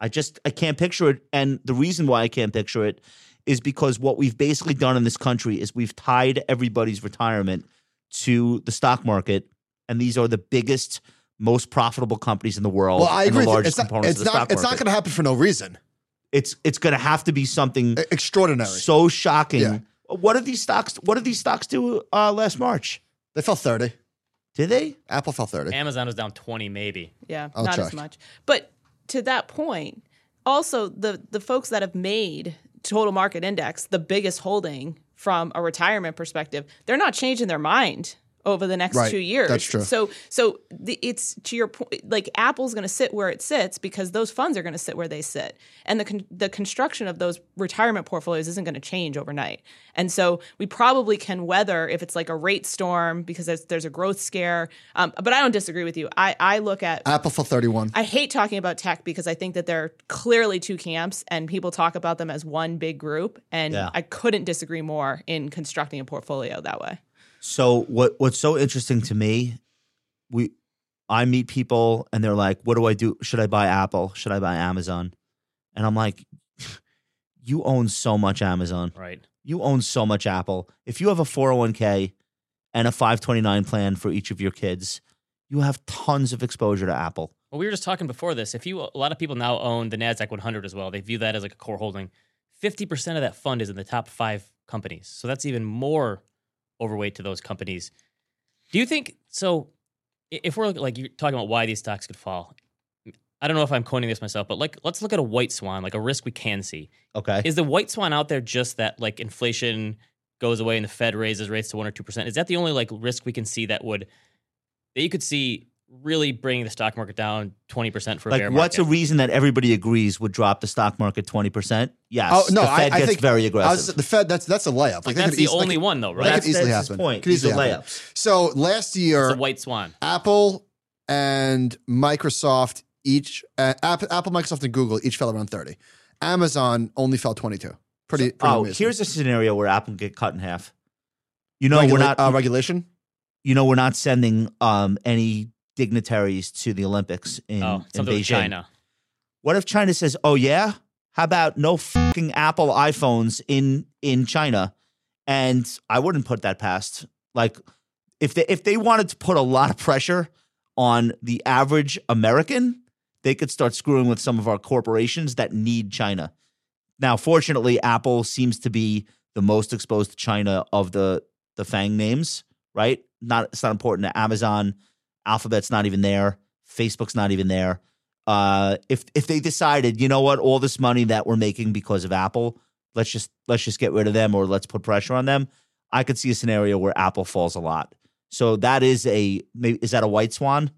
Speaker 1: I just I can't picture it, and the reason why I can't picture it is because what we've basically done in this country is we've tied everybody's retirement to the stock market, and these are the biggest, most profitable companies in the world.
Speaker 4: Well, I
Speaker 1: and the
Speaker 4: agree. with you.
Speaker 1: largest
Speaker 4: It's not.
Speaker 1: components
Speaker 4: It's
Speaker 1: of the
Speaker 4: not.
Speaker 1: stock
Speaker 4: It's not
Speaker 1: market.
Speaker 4: going to happen for no reason.
Speaker 1: It's it's going to have to be something
Speaker 4: E- Extraordinary.
Speaker 1: so shocking.
Speaker 4: Yeah.
Speaker 1: What did these stocks? What did these stocks do uh, last March?
Speaker 4: they fell thirty.
Speaker 1: Did they?
Speaker 4: Apple fell thirty.
Speaker 2: Amazon was down 20 maybe.
Speaker 3: Yeah,
Speaker 4: I'll
Speaker 3: not
Speaker 4: check.
Speaker 3: as much. But to that point, also the the folks that have made total market index the biggest holding from a retirement perspective, they're not changing their mind over the next
Speaker 4: Right.
Speaker 3: 2 years.
Speaker 4: That's true.
Speaker 3: So so the, it's to your point like Apple's going to sit where it sits because those funds are going to sit where they sit. And the con- the construction of those retirement portfolios isn't going to change overnight. And so we probably can weather if it's like a rate storm because there's, there's a growth scare. Um, but I don't disagree with you. I I look at
Speaker 4: Apple fell thirty-one.
Speaker 3: I hate talking about tech because I think that there are clearly two camps and people talk about them as one big group. And
Speaker 1: Yeah.
Speaker 3: I couldn't disagree more in constructing a portfolio that way.
Speaker 1: So what? What's so interesting to me? We, I meet people and they're like, "What do I do? Should I buy Apple? Should I buy Amazon?" And I'm like, "You own so much Amazon.
Speaker 2: Right.
Speaker 1: You own so much Apple. If you have a 401k and a 529 plan for each of your kids, you have tons of exposure to Apple."
Speaker 2: Well, we were just talking before this. If you, a lot of people now own the Nasdaq 100 as well. They view that as like a core holding. 50% of that fund is in the top five companies, so that's even more overweight to those companies. Do you think so? i- If we're like you're talking about why these stocks could fall, I don't know if I'm coining this myself, but like let's look at a white swan, like a risk we can see.
Speaker 1: Okay.
Speaker 2: Is the white swan out there just that like inflation goes away and the Fed raises rates to one or two percent? Is that the only like risk we can see that would that you could see really bringing the stock market down twenty percent for a
Speaker 1: like
Speaker 2: bear
Speaker 1: what's a
Speaker 2: market?
Speaker 1: reason that everybody agrees would drop the stock market 20% yes
Speaker 4: Oh no!
Speaker 1: the fed
Speaker 4: I, I
Speaker 1: gets
Speaker 4: think
Speaker 1: very
Speaker 4: I was-
Speaker 1: aggressive
Speaker 4: the Fed. That's that's a layup. Like, they
Speaker 2: that's
Speaker 4: could
Speaker 2: the
Speaker 4: easily-
Speaker 2: only one though,
Speaker 4: that
Speaker 2: right?
Speaker 4: could
Speaker 1: That's-
Speaker 4: easily
Speaker 1: that's his
Speaker 4: happen.
Speaker 1: point.
Speaker 4: Could easily
Speaker 1: These are
Speaker 4: happen.
Speaker 1: layups.
Speaker 4: So last year,
Speaker 2: It's a white swan.
Speaker 4: Apple and Microsoft each uh, App, Apple, Microsoft, and Google each fell around thirty. Amazon only fell twenty-two. Pretty. pretty
Speaker 1: oh
Speaker 4: amazing.
Speaker 1: here's a scenario where apple can get cut in half you know we're
Speaker 4: Regula-
Speaker 1: not
Speaker 4: uh, regulation.
Speaker 1: you know we're not sending um, any dignitaries to the olympics in,
Speaker 2: Oh,
Speaker 1: in
Speaker 2: something
Speaker 1: beijing
Speaker 2: with China.
Speaker 1: what if china says oh yeah how about no fucking apple iphones in in china and i wouldn't put that past like if they if they wanted to put a lot of pressure on the average American, they could start screwing with some of our corporations that need China. Now, fortunately, Apple seems to be the most exposed to China of the the Fang names, right? Not it's not important to Amazon, Alphabet's not even there, Facebook's not even there. Uh, if if they decided, you know what, all this money that we're making because of Apple, let's just let's just get rid of them or let's put pressure on them. I could see a scenario where Apple falls a lot. So that is a maybe is that a white swan?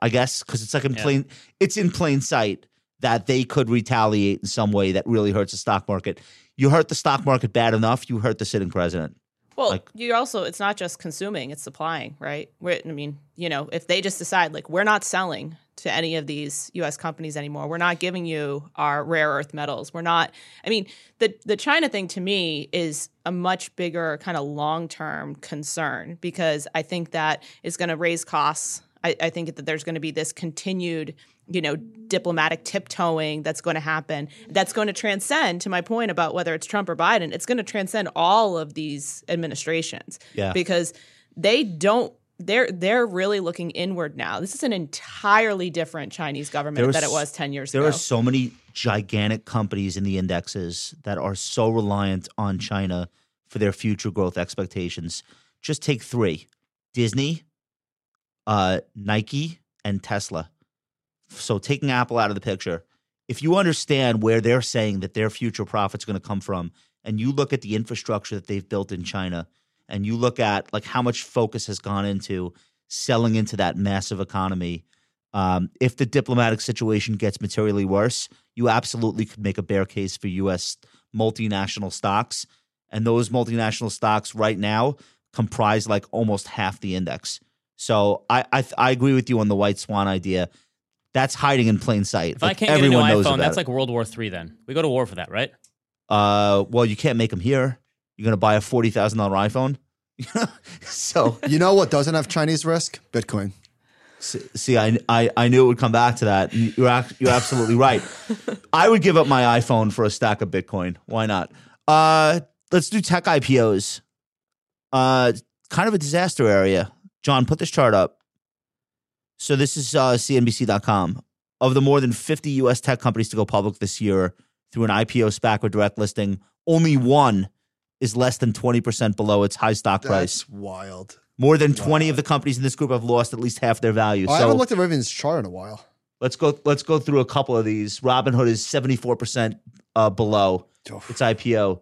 Speaker 1: I guess because it's like in
Speaker 2: Yeah.
Speaker 1: plain it's in plain sight that they could retaliate in some way that really hurts the stock market. You hurt the stock market bad enough, you hurt the sitting president.
Speaker 3: Well,
Speaker 1: Like-
Speaker 3: you also it's not just consuming, it's supplying, right? Where, I mean, you know, if they just decide like we're not selling to any of these US companies anymore. We're not giving you our rare earth metals. We're not I mean, the the China thing to me is a much bigger kind of long-term concern because I think that is going to raise costs. I, I think that there's going to be this continued you know, diplomatic tiptoeing that's going to happen. That's going to transcend, to my point about whether it's Trump or Biden, it's going to transcend all of these administrations.
Speaker 1: Yeah.
Speaker 3: Because they don't they're they're really looking inward now. This is an entirely different Chinese government
Speaker 1: There
Speaker 3: than it
Speaker 1: was-
Speaker 3: was ten years
Speaker 1: There
Speaker 3: ago.
Speaker 1: are so many gigantic companies in the indexes that are so reliant on China for their future growth expectations. Just take three Disney, uh, Nike, and Tesla. So taking Apple out of the picture, if you understand where they're saying that their future profits are going to come from, and you look at the infrastructure that they've built in China, and you look at like how much focus has gone into selling into that massive economy, um, if the diplomatic situation gets materially worse, you absolutely could make a bear case for U.S. multinational stocks, and those multinational stocks right now comprise like almost half the index. So I I, I agree with you on the white swan idea. That's hiding in plain sight.
Speaker 2: If I
Speaker 1: Like,
Speaker 2: can't get a new
Speaker 1: everyone knows
Speaker 2: iPhone,
Speaker 1: about
Speaker 2: that's
Speaker 1: it.
Speaker 2: like World War III. Then we go to war for that, right?
Speaker 1: Uh, well, you can't make them here. You're gonna buy a forty thousand dollar iPhone. so
Speaker 4: You know what doesn't have Chinese risk? Bitcoin.
Speaker 1: s- see, I, I I knew it would come back to that. and You're ac- you're absolutely right. I would give up my iPhone for a stack of Bitcoin. Why not? Uh, let's do tech IPOs. Uh, kind of a disaster area. John, put this chart up. So this is uh, CNBC.com. Of the more than 50 U.S. tech companies to go public this year through an IPO, SPAC, or direct listing, only one is less than 20% below its high stock price.
Speaker 4: That's wild.
Speaker 1: More than 20 of the companies in this group have lost at least half their value.
Speaker 4: Oh, I
Speaker 1: so
Speaker 4: haven't looked at Rivian's chart in a while.
Speaker 1: let's go let's go through a couple of these. Robinhood is 74% uh, below its IPO.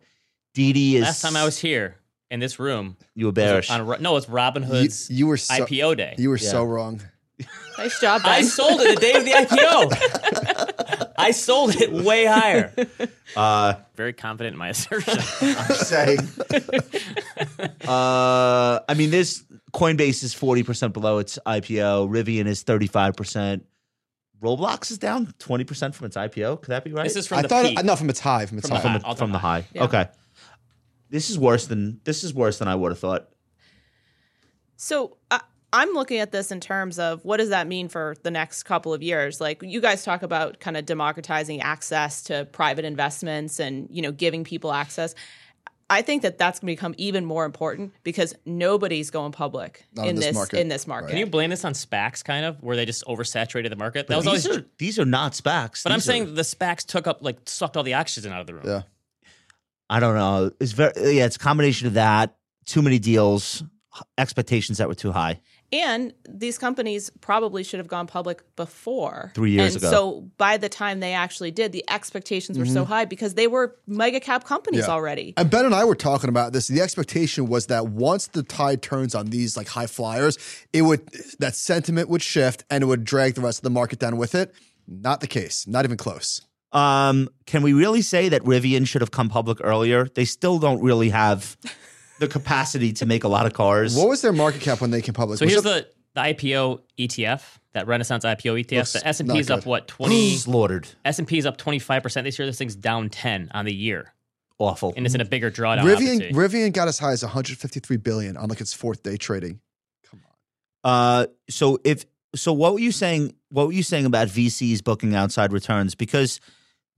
Speaker 1: DD is
Speaker 2: Last time I was here in this room,
Speaker 1: you were
Speaker 2: was
Speaker 1: bearish.
Speaker 2: on a, ro- no, it's Robin
Speaker 4: You,
Speaker 2: Hood's
Speaker 4: you were so,
Speaker 2: IPO day.
Speaker 4: you were
Speaker 1: Yeah.
Speaker 4: so wrong.
Speaker 3: nice job,
Speaker 2: I
Speaker 3: Ben.
Speaker 2: sold it the day of the IPO. I sold it way higher.
Speaker 1: Uh,
Speaker 2: Very confident in my assertion.
Speaker 1: saying. uh, I mean, this Coinbase is 40% below its IPO. Rivian is 35%. Roblox is down 20% from its IPO. Could that be right?
Speaker 2: This is from
Speaker 4: I
Speaker 2: the
Speaker 4: thought uh,
Speaker 2: peak.
Speaker 4: no from its high from its
Speaker 2: From the
Speaker 4: high.
Speaker 1: from, the-
Speaker 2: all-time
Speaker 1: from the high.
Speaker 3: Yeah.
Speaker 1: Okay. This is worse than this is worse than I would have thought.
Speaker 3: So I, I'm looking at this in terms of what does that mean for the next couple of years? Like you guys talk about kind of democratizing access to private investments and you know giving people access. I think that that's going to become even more important because nobody's going public
Speaker 4: Not in this market.
Speaker 3: in this market.
Speaker 2: Can you blame this on SPACs, kind of, where they just oversaturated the market? That was always.
Speaker 1: These are, these are not SPACs.
Speaker 2: but I'm
Speaker 1: These are-
Speaker 2: saying the SPACs took up, like, sucked all the oxygen out of the room.
Speaker 4: Yeah.
Speaker 1: I don't know. It's very yeah. It's a combination of that, too many deals, expectations that were too high.
Speaker 3: And these companies probably should have gone public before
Speaker 1: Three years
Speaker 3: and
Speaker 1: ago.
Speaker 3: So by the time they actually did, the expectations were so high because they were mega cap companies
Speaker 4: Yeah.
Speaker 3: already.
Speaker 4: And Ben and I were talking about this. The expectation was that once the tide turns on these like high flyers, it would that sentiment would shift and it would drag the rest of the market down with it. Not the case. Not even close.
Speaker 1: Um, can we really say that Rivian should have come public earlier? They still don't really have the capacity to make a lot of cars.
Speaker 4: What was their market cap when they came public?
Speaker 2: So
Speaker 4: Was
Speaker 2: here's
Speaker 4: it-
Speaker 2: the, the IPO ETF, E that Renaissance IPO ETF. E The
Speaker 4: Looks
Speaker 2: S&P is
Speaker 4: not
Speaker 2: up,
Speaker 4: good.
Speaker 2: what, 20?
Speaker 1: Slaughtered.
Speaker 2: S&P is up 25% this year. This thing's down 10 on the year.
Speaker 1: Awful.
Speaker 2: And it's in a bigger drawdown.
Speaker 4: Mm. Rivian.
Speaker 2: obviously.
Speaker 4: Rivian got as high as 153 billion on like its fourth day trading.
Speaker 1: Uh, so if so, what were you saying? What were you saying about VCs booking outside returns? Because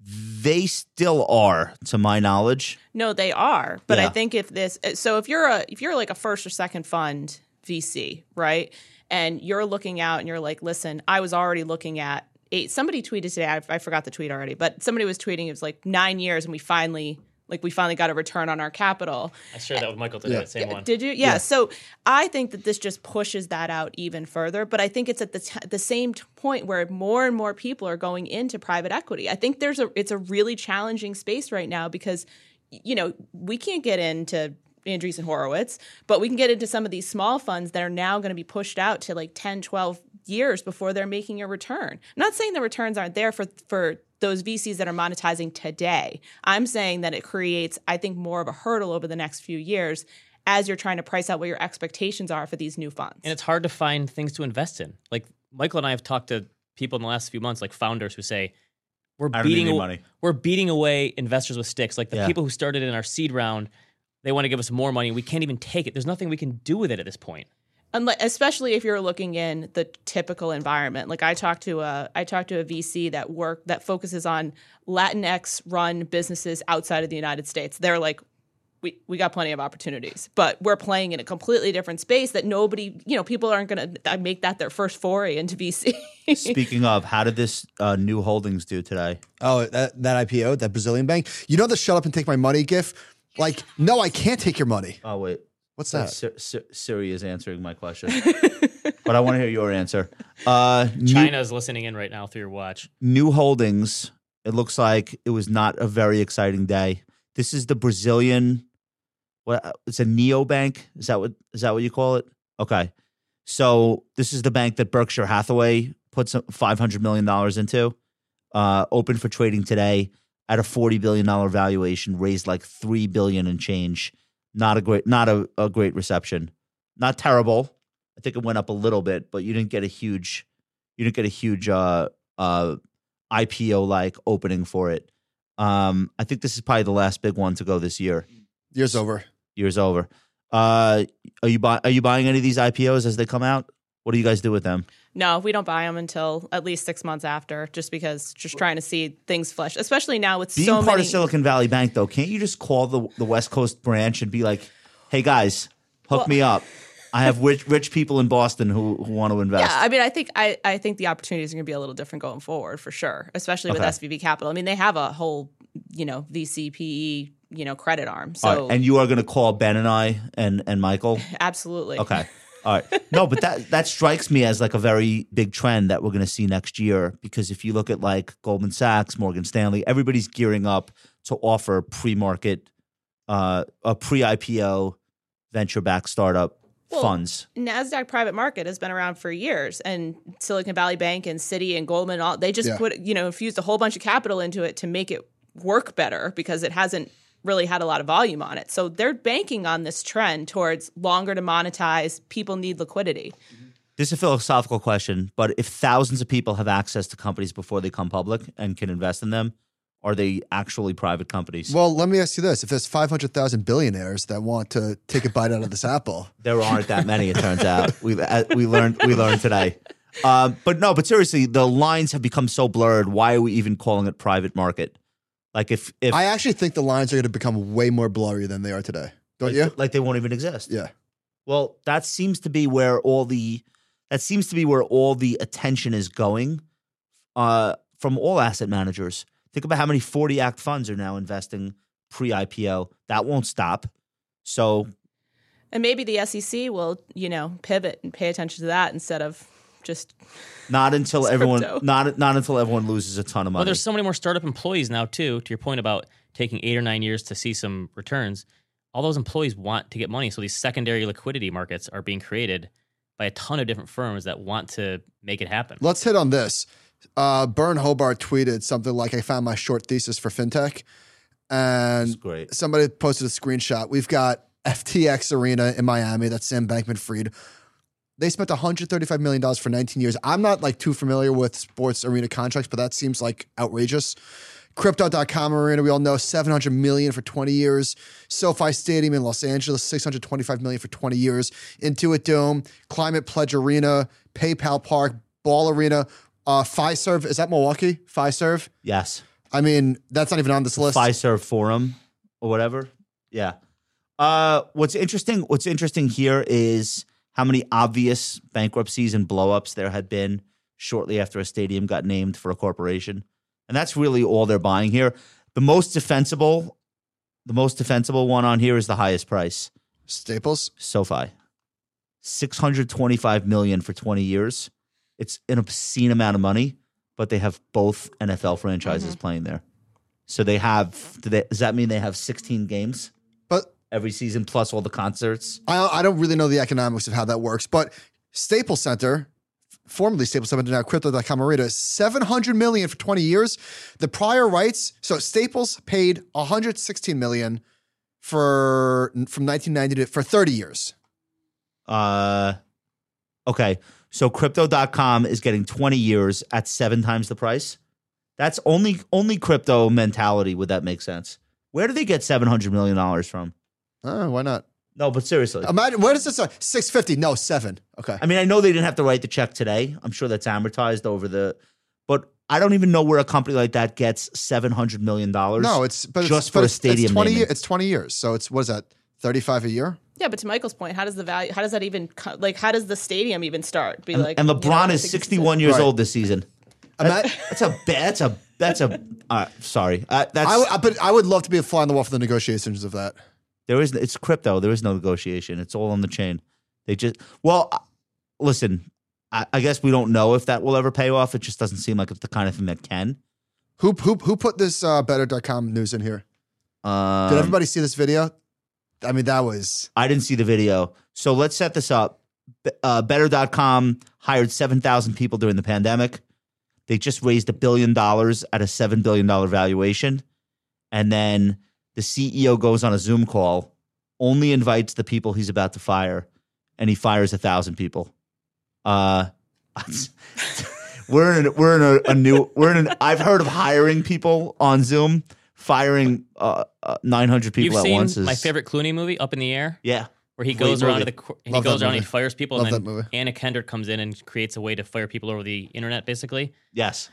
Speaker 1: they still are, to my knowledge.
Speaker 3: No, they are. But I
Speaker 1: Yeah.
Speaker 3: think if this so if you're a if you're like a first or second fund VC, right? And you're looking out and you're like, listen, I was already looking at eight somebody tweeted today, I, I forgot the tweet already, but somebody was tweeting it was like nine years and we finally like we finally got a return on our capital.
Speaker 2: I shared that with Michael today, that same one.
Speaker 3: Did you? Yeah. So I think that this just pushes that out even further. But I think it's at the t- the same t- point where more and more people are going into private equity. I think there's a it's a really challenging space right now because y- you know we can't get into Andreessen Horowitz, but we can get into some of these small funds that are now going to be pushed out to like 10, 12 years before they're making a return. I'm not saying the returns aren't there for for those VCs that are monetizing today. I'm saying that it creates, I think, more of a hurdle over the next few years as you're trying to price out what your expectations are for these new funds.
Speaker 2: And it's hard to find things to invest in. Like Michael and I have talked to people in the last few months, like founders who say, "We're
Speaker 1: I don't need
Speaker 2: beating
Speaker 1: any
Speaker 2: aw-
Speaker 1: money."
Speaker 2: we're beating away investors with sticks." Like the
Speaker 1: Yeah.
Speaker 2: people who started in our seed round, they want to give us more money. We can't even take it. There's nothing we can do with it at this point.
Speaker 3: Unle- especially if you're looking in the typical environment. Like I talked to a I talked to a VC that work that focuses on Latinx run businesses outside of the United States. They're like we, we got plenty of opportunities, but we're playing in a completely different space that nobody, you know, people aren't going to make that their first foray into VC.
Speaker 1: Speaking of, how did this uh, new holdings do today?
Speaker 4: Oh, that, that IPO, that Brazilian bank. You know the shut up and take my money gif? Like, no, I can't take your money.
Speaker 1: Oh wait,
Speaker 4: What's
Speaker 1: Like,
Speaker 4: that?
Speaker 1: Sir, Sir, Siri is answering my question, but I want to hear your answer. Uh, new,
Speaker 2: China's listening in right now through your watch.
Speaker 1: new holdings. It looks like it was not a very exciting day. This is the Brazilian. What it's a neobank? Is that what is that what you call it? Okay, so this is the bank that Berkshire Hathaway put some five hundred million dollars into. Uh, open for trading today at a forty billion dollar valuation, raised like three billion and change. Not a great, not a, a great reception. Not terrible. I think it went up a little bit, but you didn't get a huge, you didn't get a huge uh, uh, IPO like opening for it. Um, I think this is probably the last big one to go this year.
Speaker 4: Year's over.
Speaker 1: Year's over. Uh, are you buy- Are you buying any of these IPOs as they come out? What do you guys do with them?
Speaker 3: No, we don't buy them until at least six months after, just because just trying to see things flesh, especially now with
Speaker 1: Being
Speaker 3: so
Speaker 1: part
Speaker 3: many.
Speaker 1: of Silicon Valley Bank, though, can't you just call the the West Coast branch and be like, "Hey guys, hook me up. I have rich rich people in Boston who, who want to invest."
Speaker 3: yeah, I mean, I think I, I think the opportunities are going to be a little different going forward for sure, especially
Speaker 1: Okay.
Speaker 3: with SVB Capital. I mean, they have a whole you know VCPE you know credit arm,
Speaker 1: All right,
Speaker 3: so
Speaker 1: and you are going to call Ben and I and and Michael.
Speaker 3: absolutely.
Speaker 1: Okay. All right. No, but that that strikes me as like a very big trend that we're going to see next year because if you look at like Goldman Sachs, Morgan Stanley, everybody's gearing up to offer pre-market uh a pre-IPO venture-backed startup
Speaker 3: Well,
Speaker 1: funds.
Speaker 3: Nasdaq private market has been around for years, and Silicon Valley Bank and Citi and Goldman all they just
Speaker 4: Yeah.
Speaker 3: put you know infused a whole bunch of capital into it to make it work better because it hasn't really had a lot of volume on it. So they're banking on this trend towards longer to monetize. People need liquidity.
Speaker 1: This is a philosophical question, but if thousands of people have access to companies before they come public and can invest in them, are they actually private companies?
Speaker 4: Well, let me ask you this. If there's 500,000 billionaires that want to take a bite out of this apple,
Speaker 1: there aren't that many. It turns out we uh, we learned we learned today. Um, but no, but seriously, the lines have become so blurred. Why are we even calling it private market? Like if if
Speaker 4: I actually think the lines are going to become way more blurry than they are today. Don't
Speaker 1: like,
Speaker 4: you?
Speaker 1: like they won't even exist.
Speaker 4: Yeah.
Speaker 1: Well, that seems to be where all the that seems to be where all the attention is going uh, from all asset managers. Think about how many 40 act funds are now investing pre IPO. That won't stop. So
Speaker 3: And maybe the SEC will, you know, pivot and pay attention to that instead of just
Speaker 1: not until everyone
Speaker 3: crypto.
Speaker 1: not not until everyone loses a ton of money.
Speaker 2: Well, Oh, there's so many more startup employees now too. To your point about taking eight or nine years to see some returns, all those employees want to get money. So these secondary liquidity markets are being created by a ton of different firms that want to make it happen.
Speaker 4: Let's hit on this. Uh, Bern Hobart tweeted something like, I found my short thesis for fintech. And
Speaker 1: It's great.
Speaker 4: somebody posted a screenshot. We've got FTX Arena in Miami. That's Sam Bankman Fried. They spent $135 million for 19 years. I'm not like too familiar with sports arena contracts, but that seems like outrageous. Crypto.com arena, we all know, 700 million for 20 years. SoFi Stadium in Los Angeles, 625 million for 20 years. Intuit Dome, Climate Pledge Arena, PayPal Park, Ball Arena, uh, Fiserv. Is that Milwaukee? Fiserv?
Speaker 1: Yes.
Speaker 4: I mean, that's not even on this list.
Speaker 1: Fiserv Forum or whatever. Yeah. Uh, what's interesting? What's interesting here is how many obvious bankruptcies and blowups there had been shortly after a stadium got named for a corporation, and that's really all they're buying here. The most defensible, the most defensible one on here is the highest price.
Speaker 4: Staples?
Speaker 1: SoFi. 625 million for 20 years. It's an obscene amount of money, but they have both NFL franchises playing there. So they have do they, does that mean they have 16 games
Speaker 4: But
Speaker 1: every season plus all the concerts?
Speaker 4: I, I don't really know the economics of how that works, but Staples Center, formerly Staples Center, now Crypto.com Arena, 700 million for 20 years. The prior rights, so Staples paid 116 million for from 1990 to for 30 years.
Speaker 1: Uh, okay. So crypto.com is getting 20 years at seven times the price. That's only only crypto mentality would that make sense. Where do they get seven hundred million dollars from?
Speaker 4: Oh, why not?
Speaker 1: No, but seriously.
Speaker 4: Imagine where does this start? 650. No, seven. Okay.
Speaker 1: I mean, I know they didn't have to write the check today. I'm sure that's amortized over the but I don't even know where a company like that gets seven hundred million dollars.
Speaker 4: No, it's but
Speaker 1: just
Speaker 4: it's,
Speaker 1: for
Speaker 4: but
Speaker 1: a
Speaker 4: it's-
Speaker 1: stadium
Speaker 4: It's 20,
Speaker 1: naming.
Speaker 4: it's 20 years. So it's what is that? 35 a year?
Speaker 3: Yeah, but to Michael's point, how does the value? How does that even co- like? How does the stadium even start? Be like,
Speaker 1: and
Speaker 3: you know, I
Speaker 1: LeBron
Speaker 3: don't
Speaker 1: is
Speaker 3: think it's-
Speaker 1: 61 years
Speaker 4: Right.
Speaker 1: old this season.
Speaker 4: Ima-
Speaker 1: That's a bad. That's a. That's a. Uh, sorry. Uh, that's
Speaker 4: I w- I- but I would love to be a fly on the wall for the negotiations of that.
Speaker 1: there is. It's crypto. There is no negotiation. It's all on the chain. They just. Well, uh, listen. I, I guess we don't know if that will ever pay off. It just doesn't seem like it's the kind of thing that can.
Speaker 4: Who who who put this uh, better.com news in here?
Speaker 1: Um,
Speaker 4: Did everybody see this video? I mean, that was
Speaker 1: I didn't see the video. So let's set this up. B- Uh, Better.com hired 7,000 people during the pandemic. They just raised a billion dollars at a $7 billion valuation. And then the CEO goes on a Zoom call, only invites the people he's about to fire, and he fires a thousand people. Uh, we're in we're in a, a new we're in an, I've heard of hiring people on Zoom, firing uh, uh, nine hundred people
Speaker 2: You've
Speaker 1: at
Speaker 2: seen
Speaker 1: once. Is,
Speaker 2: my favorite Clooney movie, Up in the Air,
Speaker 1: Yeah,
Speaker 2: where he
Speaker 1: Great
Speaker 2: goes around
Speaker 1: movie.
Speaker 2: to the cor- he
Speaker 4: Love that
Speaker 2: goes around, he
Speaker 4: movie.
Speaker 2: fires people,
Speaker 4: Love
Speaker 2: and
Speaker 4: that
Speaker 2: then
Speaker 4: movie.
Speaker 2: Anna Kendrick comes in and creates a way to fire people over the internet, basically.
Speaker 1: yes.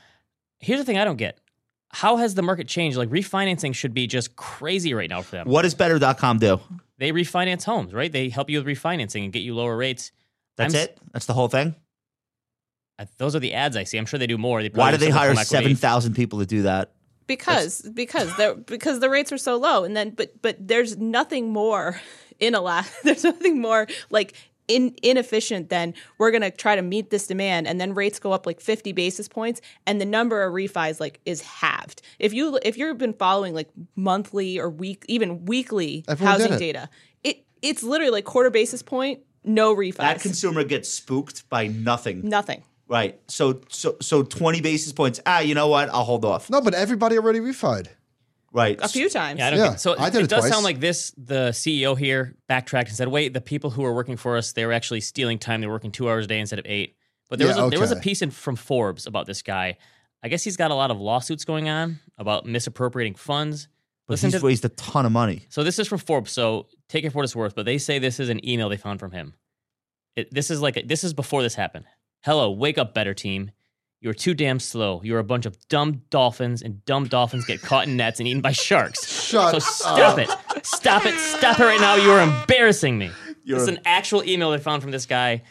Speaker 2: Here's the thing I don't get. How has the market changed? Like refinancing should be just crazy right now for them.
Speaker 1: What does better.com do?
Speaker 2: They refinance homes, right? They help you with refinancing and get you lower rates.
Speaker 1: That's
Speaker 2: I'm s-
Speaker 1: it? That's the whole thing?
Speaker 2: Uh, Those are the ads I see. I'm sure they do more. They
Speaker 1: Why
Speaker 2: probably
Speaker 1: do they
Speaker 2: just have
Speaker 1: hire
Speaker 2: home equity.
Speaker 1: 7,000 people to do that?
Speaker 3: because because the because the rates are so low, and then but but there's nothing more in a lot. There's nothing more like. In, inefficient than we're going to try to meet this demand and then rates go up like 50 basis points and the number of refis like is halved if you if you've been following like monthly or week even weekly
Speaker 4: Everyone did
Speaker 3: housing
Speaker 4: it.
Speaker 3: data it it's literally like quarter basis point no refis
Speaker 1: That consumer gets spooked by nothing.
Speaker 3: nothing
Speaker 1: Right. So so so 20 basis points. Ah, you know what? I'll hold off.
Speaker 4: no, but everybody already refied.
Speaker 1: Right.
Speaker 3: a few times
Speaker 2: Yeah, I don't
Speaker 4: Yeah,
Speaker 2: get, so
Speaker 4: I did
Speaker 2: it,
Speaker 4: it
Speaker 2: does
Speaker 4: twice.
Speaker 2: sound like this. The CEO here backtracked and said, "Wait, the people who were working for us, they were actually stealing time. They were working two hours a day instead of eight. But there
Speaker 4: Yeah,
Speaker 2: was a, there was a
Speaker 4: okay.
Speaker 2: piece in, from Forbes about this guy. I guess he's got a lot of lawsuits going on about misappropriating funds.
Speaker 1: But
Speaker 2: Listen
Speaker 1: he's
Speaker 2: to
Speaker 1: raised a ton of money.
Speaker 2: so this is from Forbes. So take it for what it's worth. But they say this is an email they found from him. It, this is like this is before this happened. Hello, wake up, better team. You're too damn slow. You're a bunch of dumb dolphins, and dumb dolphins get caught in nets and eaten by sharks.
Speaker 4: Shut
Speaker 2: So
Speaker 4: up.
Speaker 2: stop it. Stop it. Stop it right now. You are embarrassing me.
Speaker 1: You're-
Speaker 2: it's an actual email I found from this guy.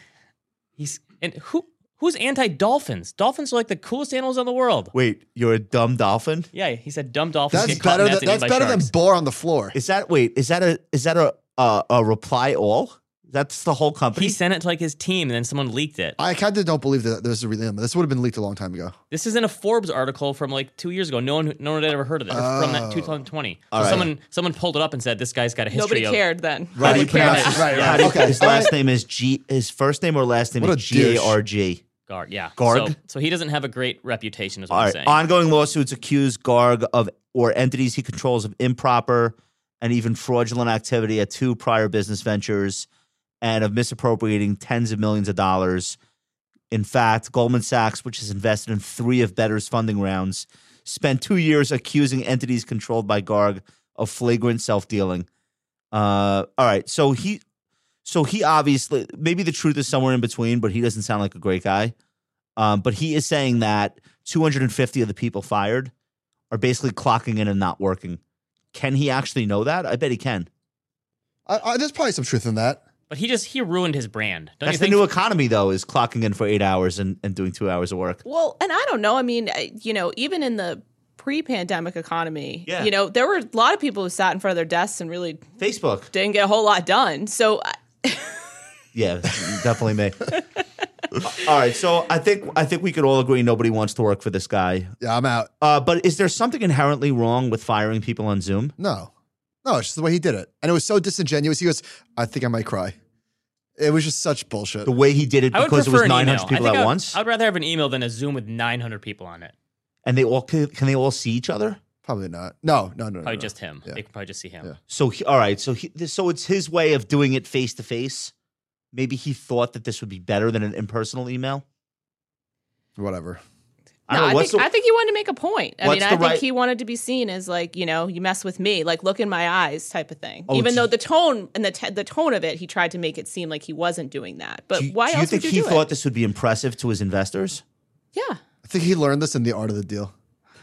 Speaker 2: He's and who who's anti dolphins? Dolphins are like the coolest animals in the world.
Speaker 1: Wait, you're a dumb dolphin?
Speaker 2: Yeah, he said dumb dolphins
Speaker 4: That's
Speaker 2: get caught
Speaker 4: better
Speaker 2: in nets
Speaker 4: than
Speaker 2: and eaten
Speaker 4: that's
Speaker 2: by
Speaker 4: better
Speaker 2: sharks.
Speaker 4: than bore on the floor.
Speaker 1: Is that wait, is that a is that a a, a reply all? That's the whole company?
Speaker 2: he sent it to like his team, and then someone leaked it.
Speaker 4: I kind of don't believe that there's a real email. This would have been leaked a long time ago.
Speaker 2: This is in a Forbes article from like two years ago. No one, no one had ever heard of it or from that 2020. So
Speaker 1: right.
Speaker 2: someone, someone pulled it up and said this guy's got a history
Speaker 3: nobody
Speaker 2: of
Speaker 3: cared then
Speaker 1: How do you
Speaker 4: Right,
Speaker 1: pronounce
Speaker 4: right,
Speaker 1: his, how
Speaker 4: right, right.
Speaker 1: do you-
Speaker 4: Okay.
Speaker 1: his last name is G his first name or last name
Speaker 4: What
Speaker 1: is
Speaker 4: a douche.
Speaker 1: G A R G.
Speaker 2: Garg. Yeah,
Speaker 1: Garg?
Speaker 2: So, so he doesn't have a great reputation, is what
Speaker 1: All
Speaker 2: I'm
Speaker 1: right.
Speaker 2: saying.
Speaker 1: Ongoing lawsuits accuse Garg of or entities he controls of improper and even fraudulent activity at two prior business ventures and of misappropriating tens of millions of dollars. In fact, Goldman Sachs, which has invested in three of Better's funding rounds, spent two years accusing entities controlled by Garg of flagrant self dealing. Uh, all right. So he. So he obviously, maybe the truth is somewhere in between, but he doesn't sound like a great guy. Um, but he is saying that 250 of the people fired are basically clocking in and not working. Can he actually know that? I bet he can.
Speaker 4: I, I, there's probably some truth in that.
Speaker 2: but he just he ruined his brand. Don't
Speaker 1: That's
Speaker 2: you
Speaker 1: the
Speaker 2: think?
Speaker 1: new economy, though, is clocking in for eight hours and, and doing two hours of work.
Speaker 3: Well, and I don't know. I mean, I- you know, even in the pre-pandemic economy,
Speaker 1: Yeah.
Speaker 3: you know, there were a lot of people who sat in front of their desks and really
Speaker 1: Facebook.
Speaker 3: didn't get a whole lot done. So, uh, I-
Speaker 1: Yeah, definitely me. all right, so I think I think we could all agree nobody wants to work for this guy.
Speaker 4: Yeah, I'm out.
Speaker 1: Uh, but is there something inherently wrong with firing people on Zoom?
Speaker 4: No, no, it's just the way he did it, and it was so disingenuous. He goes, "I think I might cry." It was just such bullshit.
Speaker 1: The way he did it
Speaker 2: I would
Speaker 1: because it
Speaker 2: prefer
Speaker 1: was
Speaker 2: an
Speaker 1: 900
Speaker 2: email. I
Speaker 1: people
Speaker 2: think
Speaker 1: at
Speaker 2: I would-
Speaker 1: once,
Speaker 2: I would rather have an email than a Zoom with 900 people on it.
Speaker 1: and they all can, can they all see each other?
Speaker 4: Probably not. No, no, no, no.
Speaker 2: Probably
Speaker 4: no.
Speaker 2: just him. They could probably just see him.
Speaker 4: Yeah.
Speaker 1: So he, all right, so he, so it's his way of doing it face to face. Maybe he thought that this would be better than an impersonal email.
Speaker 4: whatever.
Speaker 1: I don't
Speaker 3: No,
Speaker 1: know.
Speaker 3: I
Speaker 1: what's
Speaker 3: think
Speaker 1: the-
Speaker 3: I think he wanted to make a point. I
Speaker 1: What's
Speaker 3: mean,
Speaker 1: the
Speaker 3: I think
Speaker 1: right-
Speaker 3: he wanted to be seen as like you know you mess with me, like look in my eyes type of thing.
Speaker 1: Oh,
Speaker 3: Even
Speaker 1: do
Speaker 3: though
Speaker 1: you-
Speaker 3: the tone and the t- the tone of it, he tried to make it seem like he wasn't doing that. But
Speaker 1: do you,
Speaker 3: why
Speaker 1: do you
Speaker 3: else
Speaker 1: think
Speaker 3: would
Speaker 1: he
Speaker 3: you do
Speaker 1: thought
Speaker 3: it?
Speaker 1: this would be impressive to his investors?
Speaker 3: yeah,
Speaker 4: I think he learned this in the art of the deal.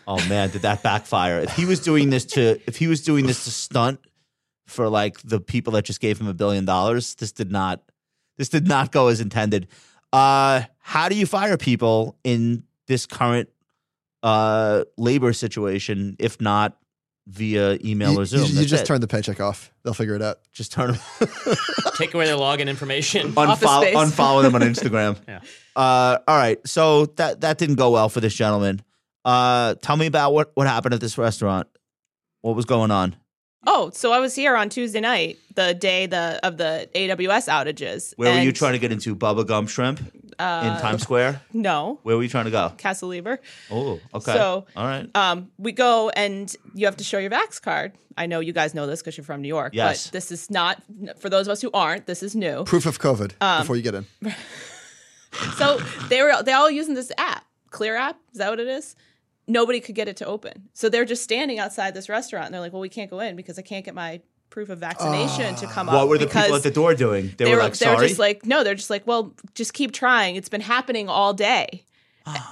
Speaker 1: Oh man, did that backfire? If he was doing this to if he was doing this to stunt for like the people that just gave him a billion dollars, this did not this did not go as intended. Uh how do you fire people in this current uh labor situation if not via email
Speaker 4: You,
Speaker 1: or Zoom?
Speaker 4: you- you
Speaker 1: That's
Speaker 4: just
Speaker 1: it.
Speaker 4: turn the paycheck off. They'll figure it out.
Speaker 1: just turn
Speaker 2: Take away their login information.
Speaker 3: Office
Speaker 1: unfollow
Speaker 3: space.
Speaker 1: unfollow them on Instagram.
Speaker 2: Yeah.
Speaker 1: Uh, all right. So that that didn't go well for this gentleman. Uh, tell me about what what happened at this restaurant. What was going on?
Speaker 3: Oh, so I was here on Tuesday night, the day the of the AWS outages.
Speaker 1: Where were you
Speaker 3: and,
Speaker 1: trying to get into Bubba Gum Shrimp
Speaker 3: Uh,
Speaker 1: in Times Square?
Speaker 3: No,
Speaker 1: Where were you trying to go?
Speaker 3: Castle Lever.
Speaker 1: Oh, okay.
Speaker 3: So-
Speaker 1: all right.
Speaker 3: Um, we go and you have to show your Vax card. I know you guys know this because you're from New York.
Speaker 1: Yes.
Speaker 3: But this is not for those of us who aren't. This is new.
Speaker 4: Proof of COVID before you get in.
Speaker 3: so they were they all using this app, Clear app. Is that what it is? Nobody could get it to open. So they're just standing outside this restaurant and they're like, "Well, we can't go in because I can't get my proof of vaccination to come up."
Speaker 1: What were the
Speaker 3: uh, because-
Speaker 1: people at the door doing? They, were, like,
Speaker 3: they were
Speaker 1: sorry.
Speaker 3: just like, no, they're just like, well, just keep trying. It's been happening all day.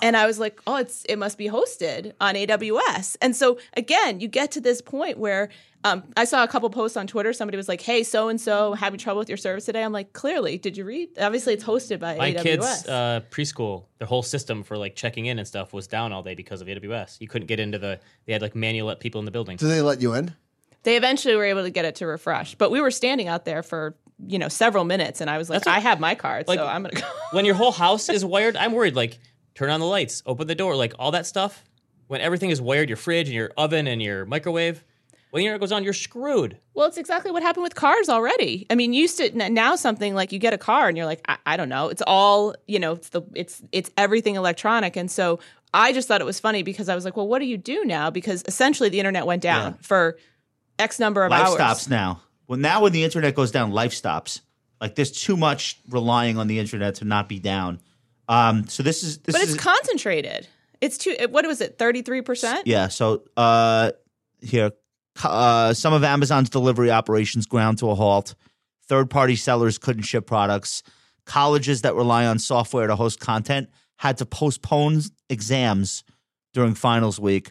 Speaker 3: And I was like, oh, it's it must be hosted on AWS. And so again, you get to this point where um, I saw a couple posts on Twitter. Somebody was like, "Hey, so and so having trouble with your service today." I'm like, clearly, did you read? Obviously, it's hosted by
Speaker 2: My
Speaker 3: AWS.
Speaker 2: kids' uh, preschool, their whole system for like checking in and stuff was down all day because of AWS. You couldn't get into the. They had like manual let people in the building.
Speaker 4: Do they let you in?
Speaker 3: they eventually were able to get it to refresh, but we were standing out there for you know several minutes, and I was like, I have my card, so I'm gonna go.
Speaker 2: when your whole house is wired, I'm worried. Like, turn on the lights, open the door, like all that stuff. When everything is wired, your fridge and your oven and your microwave, when your goes on, you're screwed.
Speaker 3: Well, it's exactly what happened with cars already. I mean, used to n- now something like you get a car and you're like, I, I don't know. It's all you know. It's the it's it's everything electronic, and so I just thought it was funny because I was like, well, what do you do now? Because essentially the internet went down for x number of
Speaker 1: life
Speaker 3: hours.
Speaker 1: stops now. Well, now when the internet goes down, life stops. Like there's too much relying on the internet to not be down. Um, so this is this
Speaker 3: But
Speaker 1: is
Speaker 3: it's concentrated. It's too. it- What was it? Thirty three percent.
Speaker 1: Yeah. So uh, here, co- uh, some of Amazon's delivery operations ground to a halt. Third party sellers couldn't ship products. Colleges that rely on software to host content had to postpone exams during finals week.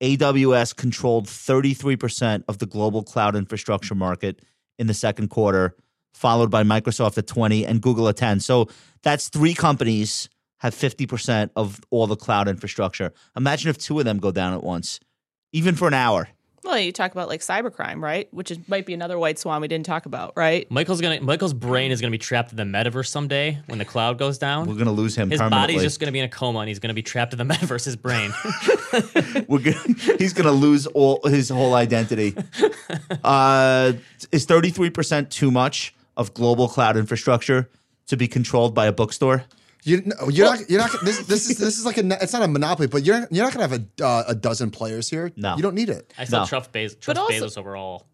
Speaker 1: AWS controlled 33% of the global cloud infrastructure market in the second quarter, followed by Microsoft at 20 and Google at 10. So that's three companies have 50% of all the cloud infrastructure. Imagine if two of them go down at once, even for an hour.
Speaker 3: Well, you talk about like cybercrime, right? Which is, might be another white swan we didn't talk about, right?
Speaker 2: Michael's gonna Michael's brain is gonna be trapped in the metaverse someday when the cloud goes
Speaker 1: We're
Speaker 2: down.
Speaker 1: going to lose him
Speaker 2: His
Speaker 1: permanently.
Speaker 2: body's just gonna be in a coma and he's gonna be trapped in the metaverse's brain.
Speaker 1: We're gonna, he's going to lose all his whole identity. Uh, is 33% too much of global cloud infrastructure to be controlled by a bookstore?
Speaker 4: You, no, you're not. You're not. This, this is this is like a. It's not a monopoly, but you're you're not gonna have a uh, a dozen players here.
Speaker 1: No.
Speaker 4: you don't need it.
Speaker 2: I still
Speaker 1: No.
Speaker 2: trust, Bez- trust
Speaker 3: also-
Speaker 2: Bezos overall.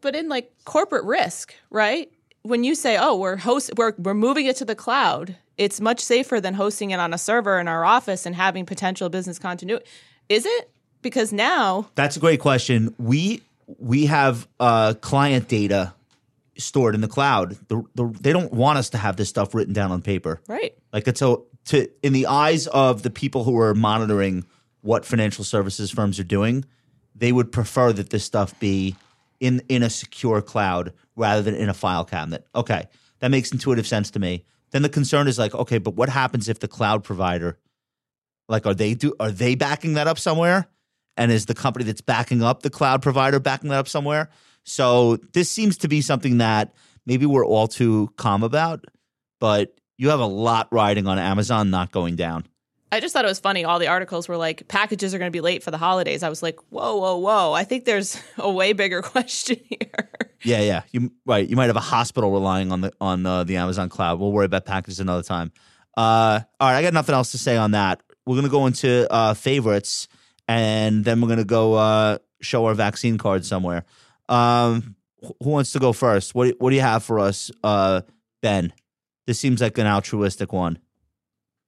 Speaker 3: but in like corporate risk, right? When you say, "Oh, we're host, we're we're moving it to the cloud," it's much safer than hosting it on a server in our office and having potential business continuity. Is it? Because now,
Speaker 1: That's a great question. We we have uh, client data stored in the cloud. The, the, they don't want us to have this stuff written down on paper.
Speaker 3: right?
Speaker 1: Like it's a to in the eyes of the people who are monitoring what financial services firms are doing, they would prefer that this stuff be in in a secure cloud rather than in a file cabinet. Okay, that makes intuitive sense to me. Then the concern is like, okay, but what happens if the cloud provider, like, are they do are they backing that up somewhere? And is the company that's backing up the cloud provider backing that up somewhere? So this seems to be something that maybe we're all too calm about but you have a lot riding on Amazon not going down.
Speaker 3: I just thought it was funny. All the articles were like, "Packages are going to be late for the holidays." I was like, "Whoa, whoa, whoa!" I think there's a way bigger question here.
Speaker 1: Yeah, yeah. You right. You might have a hospital relying on the on uh, the Amazon cloud. We'll worry about packages another time. Uh, all right, I got nothing else to say on that. We're gonna go into uh, favorites, and then we're gonna go uh, show our vaccine card somewhere. Um, wh- who wants to go first? What do- What do you have for us, uh, Ben? This seems like an altruistic one.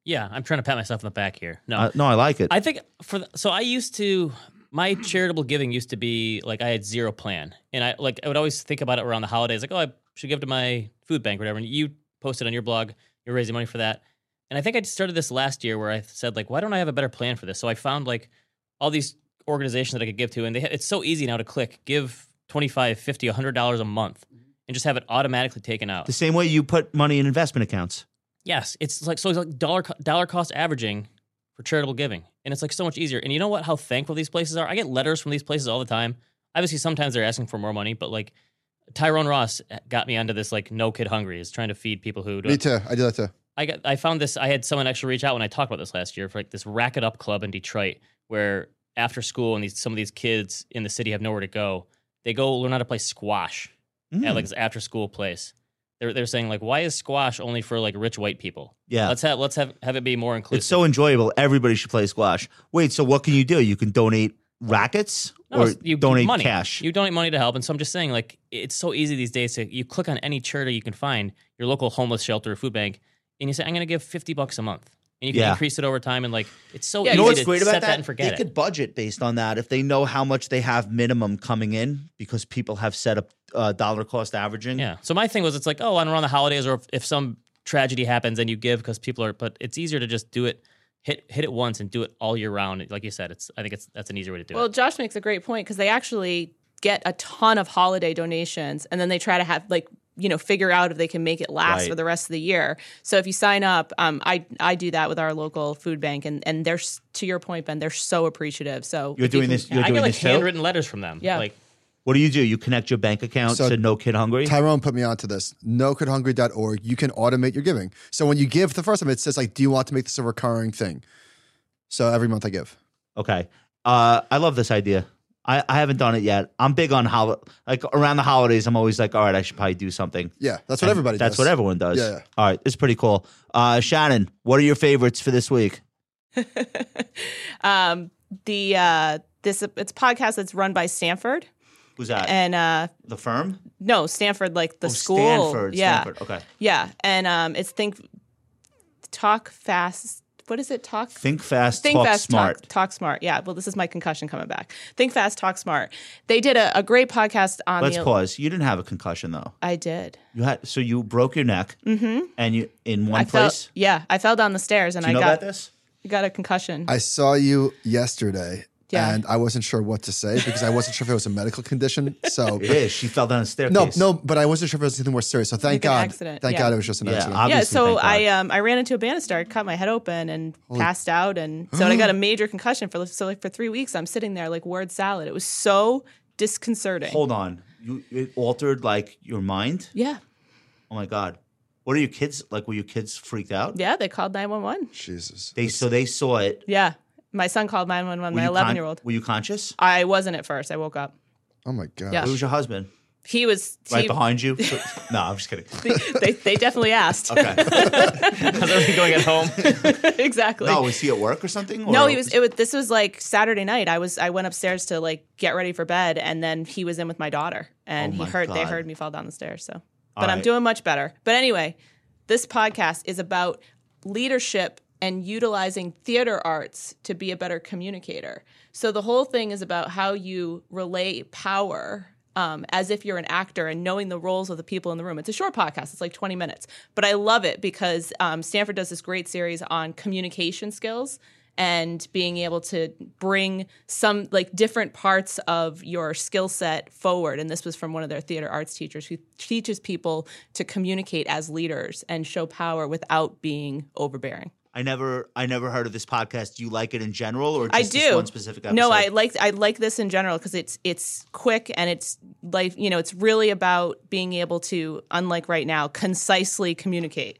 Speaker 2: Yeah, I'm trying to pat myself on the back here. No,
Speaker 1: Uh, no, I like it.
Speaker 2: I think for the, so I used to my charitable giving used to be like I had zero plan, and I like I would always think about it around the holidays, like oh I should give to my food bank, or whatever. And you posted on your blog, you're raising money for that, and I think I started this last year where I said like why don't I have a better plan for this? So I found like all these organizations that I could give to, and they, it's so easy now to click give 25 50 100 dollars a month and just have it automatically taken out
Speaker 1: the same way you put money in investment accounts.
Speaker 2: Yes, it's like so it's like dollar co- dollar cost averaging for charitable giving, and it's like so much easier. And you know what? How thankful these places are. I get letters from these places all the time. Obviously, sometimes they're asking for more money, but like Tyrone Ross eh, got me onto this like no kid hungry is trying to feed people who.
Speaker 4: Me too. I do that too.
Speaker 2: I got I found this. I had someone actually reach out when I talked about this last year for like this rack it up club in Detroit where after school and these some of these kids in the city have nowhere to go. They go learn how to play squash
Speaker 1: Mm.
Speaker 2: at like this after school place. They're they're saying like why is squash only for like rich white people?
Speaker 1: yeah,
Speaker 2: Let's have let's have have it be more inclusive.
Speaker 1: it's so enjoyable. Everybody should play squash. Wait, so what can you do? You can donate rackets
Speaker 2: No,
Speaker 1: or
Speaker 2: it's- you give
Speaker 1: donate
Speaker 2: money.
Speaker 1: cash.
Speaker 2: you donate money to help, and so I'm just saying, like, it's so easy these days to you click on any charity you can find, your local homeless shelter or food bank, and you say, I'm going to give 50 bucks a month, and you can
Speaker 1: Yeah.
Speaker 2: increase it over time, and like, it's so
Speaker 3: Yeah,
Speaker 2: easy
Speaker 3: you know
Speaker 2: to set that? and forget
Speaker 1: they
Speaker 2: it.
Speaker 1: could budget based on that if they know how much they have minimum coming in because people have set up uh, dollar cost averaging.
Speaker 2: Yeah. So my thing was, it's like, oh, and around the holidays, or if, if some tragedy happens, then you give because people are. But it's easier to just do it, hit hit it once, and do it all year round. Like you said, it's I think it's that's an easier way to do
Speaker 3: Well,
Speaker 2: it.
Speaker 3: Josh makes a great point because they actually get a ton of holiday donations and then they try to have like you know figure out if they can make it last
Speaker 1: Right.
Speaker 3: for the rest of the year. So if you sign up, um, I I do that with our local food bank and and they're s- to your point, Ben, they're so appreciative. So
Speaker 1: You're
Speaker 3: if you
Speaker 1: doing
Speaker 3: can-
Speaker 1: this. You're
Speaker 2: I
Speaker 1: doing
Speaker 2: get like
Speaker 1: this too.
Speaker 2: handwritten letters from them.
Speaker 3: Yeah.
Speaker 2: Like
Speaker 1: What do you do? You connect your bank account
Speaker 4: So-
Speaker 1: to No Kid Hungry.
Speaker 4: Tyrone put me onto this. NoKidHungry.org. You can automate your giving. So when you give the first time, it says like, "Do you want to make this a recurring thing?" So every month I give.
Speaker 1: Okay. Uh, I love this idea. I, I haven't done it yet. I'm big on hol- like around the holidays. I'm always like, all right, I should probably do something.
Speaker 4: Yeah, that's what
Speaker 1: And
Speaker 4: everybody
Speaker 1: That's
Speaker 4: does.
Speaker 1: what everyone does.
Speaker 4: Yeah, yeah.
Speaker 1: All right, it's pretty cool. Uh, Shannon, what are your favorites for this week?
Speaker 3: um, the uh, this it's a podcast that's run by Stanford
Speaker 1: Who's that?
Speaker 3: and uh,
Speaker 1: the firm?
Speaker 3: no Stanford like the
Speaker 1: oh,
Speaker 3: school.
Speaker 1: Stanford.
Speaker 3: Yeah,
Speaker 1: Stanford. Okay.
Speaker 3: yeah, and um, it's think talk fast. What is it? Talk
Speaker 1: Think fast,
Speaker 3: Think
Speaker 1: talk
Speaker 3: fast,
Speaker 1: smart.
Speaker 3: Talk, talk smart. Yeah. Well, this is my concussion coming back. Think fast, talk smart. They did a, a great podcast on
Speaker 1: Let's
Speaker 3: the.
Speaker 1: pause. You didn't have a concussion though.
Speaker 3: I did.
Speaker 1: You had so you broke your neck and you in one
Speaker 3: Mm-hmm. I fell.
Speaker 1: place.
Speaker 3: Yeah, I fell down the stairs and
Speaker 1: Do you
Speaker 3: I
Speaker 1: know
Speaker 3: got
Speaker 1: about this?
Speaker 3: got a concussion.
Speaker 4: I saw you yesterday,
Speaker 3: Yeah.
Speaker 4: and I wasn't sure what to say because I wasn't sure if it was a medical condition. So
Speaker 1: It is. She fell down a
Speaker 4: no,
Speaker 1: staircase.
Speaker 4: no, but I wasn't sure if it was anything more serious. So
Speaker 3: Like
Speaker 4: thank
Speaker 3: an
Speaker 4: God,
Speaker 3: accident,
Speaker 4: thank
Speaker 3: yeah.
Speaker 4: God it was just an
Speaker 1: Yeah,
Speaker 4: accident.
Speaker 1: obviously,
Speaker 3: yeah, so
Speaker 1: thank God.
Speaker 3: I um I ran into a banister, I cut my head open and passed out, and so I got a major concussion for so like for three weeks. I'm sitting there like word salad. It was so disconcerting.
Speaker 1: Hold on. You it altered like your mind.
Speaker 3: yeah,
Speaker 1: Oh my god. What are your kids like? Were your kids freaked out?
Speaker 3: yeah, they called nine one one.
Speaker 4: Jesus.
Speaker 1: They so they saw it.
Speaker 3: Yeah, my son called nine one one.
Speaker 1: Were
Speaker 3: My Oh
Speaker 1: you con-
Speaker 3: eleven year old.
Speaker 1: Were you conscious?
Speaker 3: I wasn't at first. I woke up.
Speaker 4: Oh my God.
Speaker 1: It
Speaker 3: Yeah.
Speaker 1: was your husband
Speaker 3: He was.
Speaker 1: right
Speaker 3: he,
Speaker 1: behind you. So- no, I'm just kidding.
Speaker 3: they they definitely asked.
Speaker 1: Okay.
Speaker 2: how's everything going at home?
Speaker 3: exactly.
Speaker 1: no, was he at work or something? Or?
Speaker 3: No, he was. It was. This was like Saturday night. I was. I went upstairs to like get ready for bed, and then he was in with my daughter, and
Speaker 1: Oh
Speaker 3: he
Speaker 1: my
Speaker 3: heard. They
Speaker 1: God.
Speaker 3: heard me fall down the stairs. So,
Speaker 1: All
Speaker 3: but I'm
Speaker 1: right.
Speaker 3: doing much better. But anyway, this podcast is about leadership and utilizing theater arts to be a better communicator. So the whole thing is about how you relay power. Um, as if you're an actor and knowing the roles of the people in the room. It's a short podcast, it's like 20 minutes, but I love it because um, Stanford does this great series on communication skills and being able to bring some like different parts of your skill set forward and this was from one of their theater arts teachers who teaches people to communicate as leaders and show power without being overbearing
Speaker 1: I never, I never heard of this podcast. Do you like it in general, or just
Speaker 3: I
Speaker 1: This
Speaker 3: do.
Speaker 1: one specific episode?
Speaker 3: no i like i like this in general because it's it's quick and it's like you know it's really about being able to unlike right now concisely communicate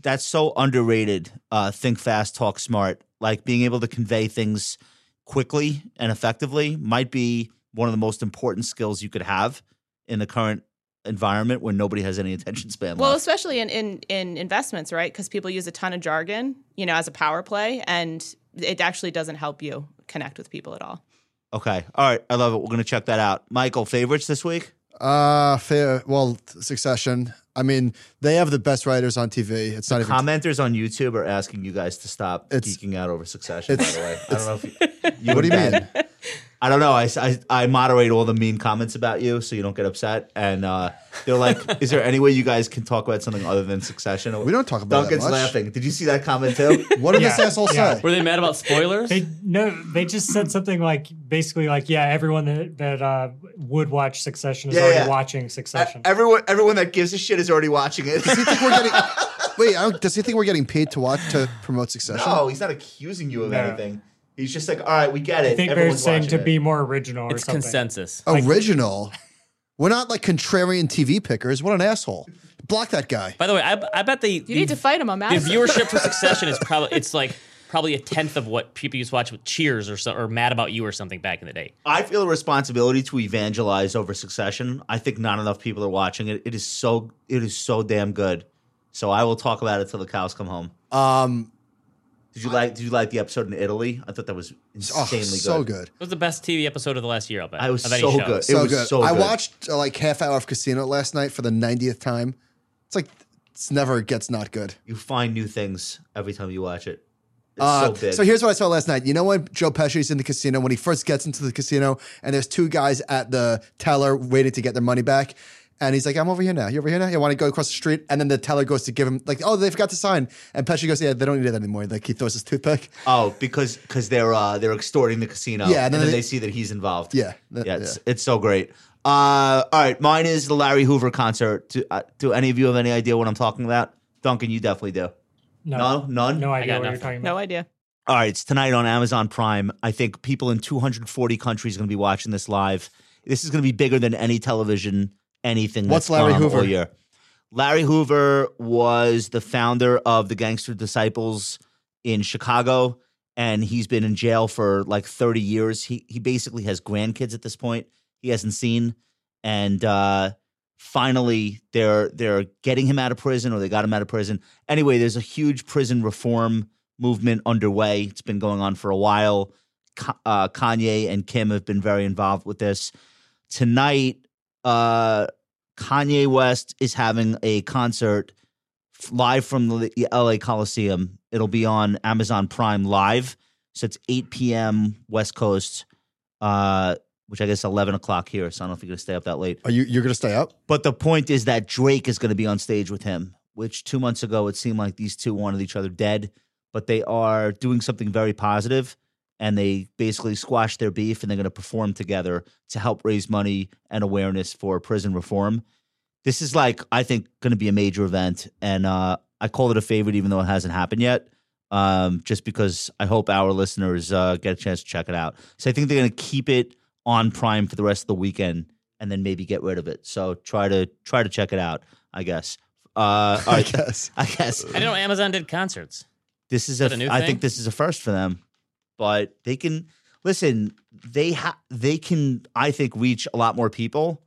Speaker 1: that's so underrated. Uh, think fast, talk smart. Like being able to convey things quickly and effectively might be one of the most important skills you could have in the current environment where nobody has any attention span
Speaker 3: Well,
Speaker 1: left.
Speaker 3: especially in, in, in investments, right? Because people use a ton of jargon, you know, as a power play, and it actually doesn't help you connect with people at all.
Speaker 1: Okay. All right. I love it. We're going to check that out. Michael, favorites this week?
Speaker 4: Uh, fair. Well, Succession. I mean, they have the best writers on TV. It's not even.
Speaker 1: Commenters on YouTube are asking you guys to stop
Speaker 4: It's-
Speaker 1: geeking out over Succession, by the way. I don't know if you,
Speaker 4: what do you
Speaker 1: and
Speaker 4: mean?
Speaker 1: I don't know. I, I, I moderate all the mean comments about you so you don't get upset. And uh, they're like, is there any way you guys can talk about something other than Succession?
Speaker 4: We don't talk about
Speaker 1: Duncan's
Speaker 4: that much.
Speaker 1: laughing. Did you see that comment too?
Speaker 4: What did this
Speaker 5: Yeah,
Speaker 4: asshole
Speaker 5: yeah.
Speaker 4: say?
Speaker 2: Were they mad about spoilers?
Speaker 5: They no, they just said something like basically like yeah, everyone that that uh, would watch Succession is
Speaker 1: Yeah,
Speaker 5: already
Speaker 1: yeah. E-,
Speaker 5: watching Succession.
Speaker 1: everyone, everyone that gives a shit is already watching it.
Speaker 4: Does he think we're getting? Wait, I don't, does he think we're getting paid to watch to promote Succession?
Speaker 1: no, "Oh, he's not accusing you of
Speaker 5: No.
Speaker 1: anything. He's just like, all right, we get it.
Speaker 5: I think they're
Speaker 1: Everyone's
Speaker 5: saying
Speaker 1: watching
Speaker 5: to
Speaker 1: it."
Speaker 5: be more original or
Speaker 2: it's
Speaker 5: something.
Speaker 2: consensus.
Speaker 4: Original. we're not like contrarian TV pickers. What an asshole! Block that guy.
Speaker 2: By the way, I, I bet the
Speaker 3: You need to fight them on
Speaker 2: the
Speaker 3: that.
Speaker 2: viewership for Succession is probably it's like probably a tenth of what people used to watch with Cheers or so, or Mad About You or something back in the day.
Speaker 1: I feel a responsibility to evangelize over Succession. I think not enough people are watching it. It is so, it is so damn good. So I will talk about it till the cows come home.
Speaker 4: Um,
Speaker 1: Did you like? Did you like the episode in Italy? I thought that was
Speaker 4: oh,
Speaker 1: insanely
Speaker 4: so good.
Speaker 2: It was the best TV episode of the last year. I'll bet.
Speaker 1: I was
Speaker 2: of any
Speaker 1: so
Speaker 2: show.
Speaker 1: good. It
Speaker 4: so
Speaker 1: was
Speaker 4: good.
Speaker 1: so
Speaker 4: I
Speaker 1: good.
Speaker 4: watched uh, like half hour of Casino last night for the 90th time. It's like it's never gets not good.
Speaker 1: You find new things every time you watch it. It's
Speaker 4: Uh,
Speaker 1: so big.
Speaker 4: here's what I saw last night. You know when Joe Pesci's in the casino when he first gets into the casino and there's two guys at the teller waiting to get their money back. And he's like, I'm over here now. You over here now? You want to go across the street? And then the teller goes to give him like, oh, they forgot to sign. And Pesci goes, yeah, they don't need it anymore. Like he throws his toothpick.
Speaker 1: oh, because because they're uh, they're extorting the casino.
Speaker 4: Yeah,
Speaker 1: and then, they, see that he's involved.
Speaker 4: Yeah, that-
Speaker 1: yeah, it's, it's so great. Uh, all right, mine is the Larry Hoover concert. Do, uh, do any of you have any idea what I'm talking about? Duncan, you definitely do. No, none.
Speaker 5: no
Speaker 2: got
Speaker 5: idea what you're
Speaker 2: nothing.
Speaker 5: talking about.
Speaker 3: No idea.
Speaker 1: All right, it's tonight on Amazon Prime. I think people in 240 countries are going to be watching this live. This is going to be bigger than any television anything.
Speaker 4: What's
Speaker 1: that's
Speaker 4: Larry
Speaker 1: gone on all
Speaker 4: Hoover?
Speaker 1: year. Larry Hoover was the founder of the Gangster Disciples in Chicago, and he's been in jail for like 30 years. He he basically has grandkids at this point. He hasn't seen, and uh, finally they're they're getting him out of prison, or they got him out of prison. Anyway, there's a huge prison reform movement underway. It's been going on for a while. Ka- Uh, Kanye and Kim have been very involved with this. Tonight, uh, Kanye West is having a concert f- live from the LA Coliseum. It'll be on Amazon Prime Live. So it's 8 p.m. West Coast, uh, which I guess is 11 o'clock here. So I don't know if you're going to stay up that late.
Speaker 4: Are you you're gonna stay up?
Speaker 1: But the point is that Drake is going to be on stage with him, which two months ago it seemed like these two wanted each other dead, but they are doing something very positive and they basically squash their beef and they're going to perform together to help raise money and awareness for prison reform. This is like, I think, going to be a major event. And uh, I call it a favorite, even though it hasn't happened yet, um, just because I hope our listeners uh, get a chance to check it out. So I think they're going to keep it on Prime for the rest of the weekend and then maybe get rid of it. So try to try to check it out, I guess. Uh, all
Speaker 4: I
Speaker 1: right,
Speaker 4: guess.
Speaker 1: I guess
Speaker 2: I didn't know Amazon did concerts.
Speaker 1: this is,
Speaker 2: that
Speaker 1: a
Speaker 2: a new
Speaker 1: I
Speaker 2: thing?
Speaker 1: think this is a first for them, but they can listen. They ha- they can I think reach a lot more people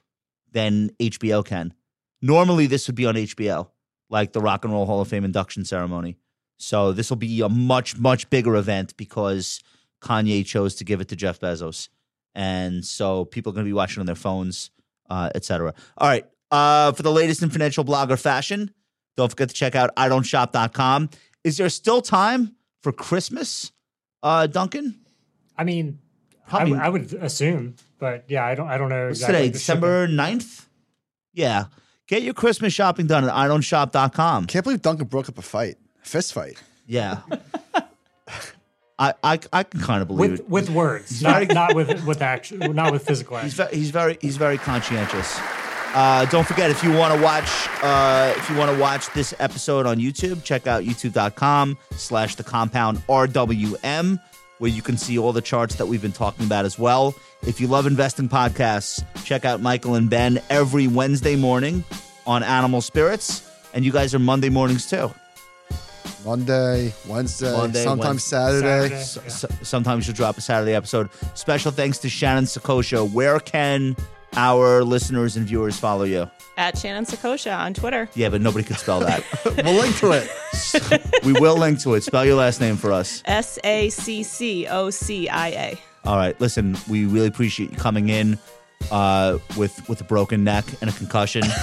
Speaker 1: than HBO can. Normally, this would be on HBO, like the Rock and Roll Hall of Fame induction ceremony. So this will be a much much bigger event because Kanye chose to give it to Jeff Bezos, and so people are going to be watching on their phones, uh, etc. All right, uh, for the latest in financial blogger fashion, don't forget to check out idon'tshop.com. Is there still time for Christmas, uh, Duncan?
Speaker 5: I mean, I,
Speaker 1: Probably-
Speaker 5: I would assume, but yeah, I don't I don't know
Speaker 1: What's
Speaker 5: exactly.
Speaker 1: today,
Speaker 5: the shipping.
Speaker 1: December 9th? Yeah. Get your Christmas shopping done at idon'tshop.com.
Speaker 4: Can't believe Duncan broke up a fight. Fist fight.
Speaker 1: Yeah. I, I, I can kind of believe
Speaker 5: with
Speaker 1: it.
Speaker 5: with words, not not with with action, not with physical
Speaker 1: He's,
Speaker 5: action.
Speaker 1: ve- he's very he's very conscientious. Uh, don't forget if you want to watch uh, if you want to watch this episode on YouTube, check out youtube.com slash the compound RWM, where you can see all the charts that we've been talking about as well. If you love investing podcasts, check out Michael and Ben every Wednesday morning on Animal Spirits. And you guys are Monday mornings too.
Speaker 4: Monday, Wednesday,
Speaker 1: Monday,
Speaker 4: sometimes
Speaker 1: Wednesday.
Speaker 4: Saturday.
Speaker 5: Saturday.
Speaker 1: S- sometimes you'll drop a Saturday episode. Special thanks to Shannon Sakosha. Where can our listeners and viewers follow you?
Speaker 3: At Shannon Sakosha on Twitter.
Speaker 1: Yeah, but nobody could spell that.
Speaker 4: We'll link to it.
Speaker 1: we will link to it. Spell your last name for us.
Speaker 3: S A C C O C I A.
Speaker 1: All right, listen, we really appreciate you coming in uh, with with a broken neck and a concussion.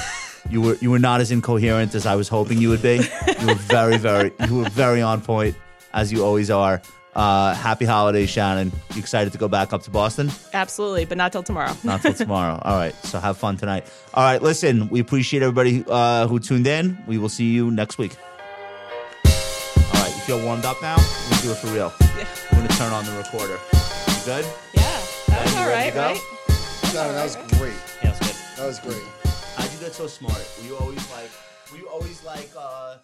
Speaker 1: you were you were not as incoherent as I was hoping you would be. You were very very you were very on point as you always are. Uh, happy holidays, Shannon. You excited to go back up to Boston?
Speaker 3: Absolutely, but not till tomorrow.
Speaker 1: Not till tomorrow. All right, so have fun tonight. All right, listen, we appreciate everybody uh, who tuned in. We will see you next week. All right, you feel warmed up now? We do it for real.
Speaker 3: Yeah.
Speaker 1: We're gonna turn on the recorder. You good?
Speaker 3: Yeah, that was
Speaker 1: you
Speaker 3: all
Speaker 1: ready
Speaker 3: right,
Speaker 1: to go?
Speaker 3: right?
Speaker 4: Shannon, that was great.
Speaker 2: Yeah, it was good.
Speaker 4: That was great.
Speaker 1: I think that's so smart. Were you always like, were you always like, uh,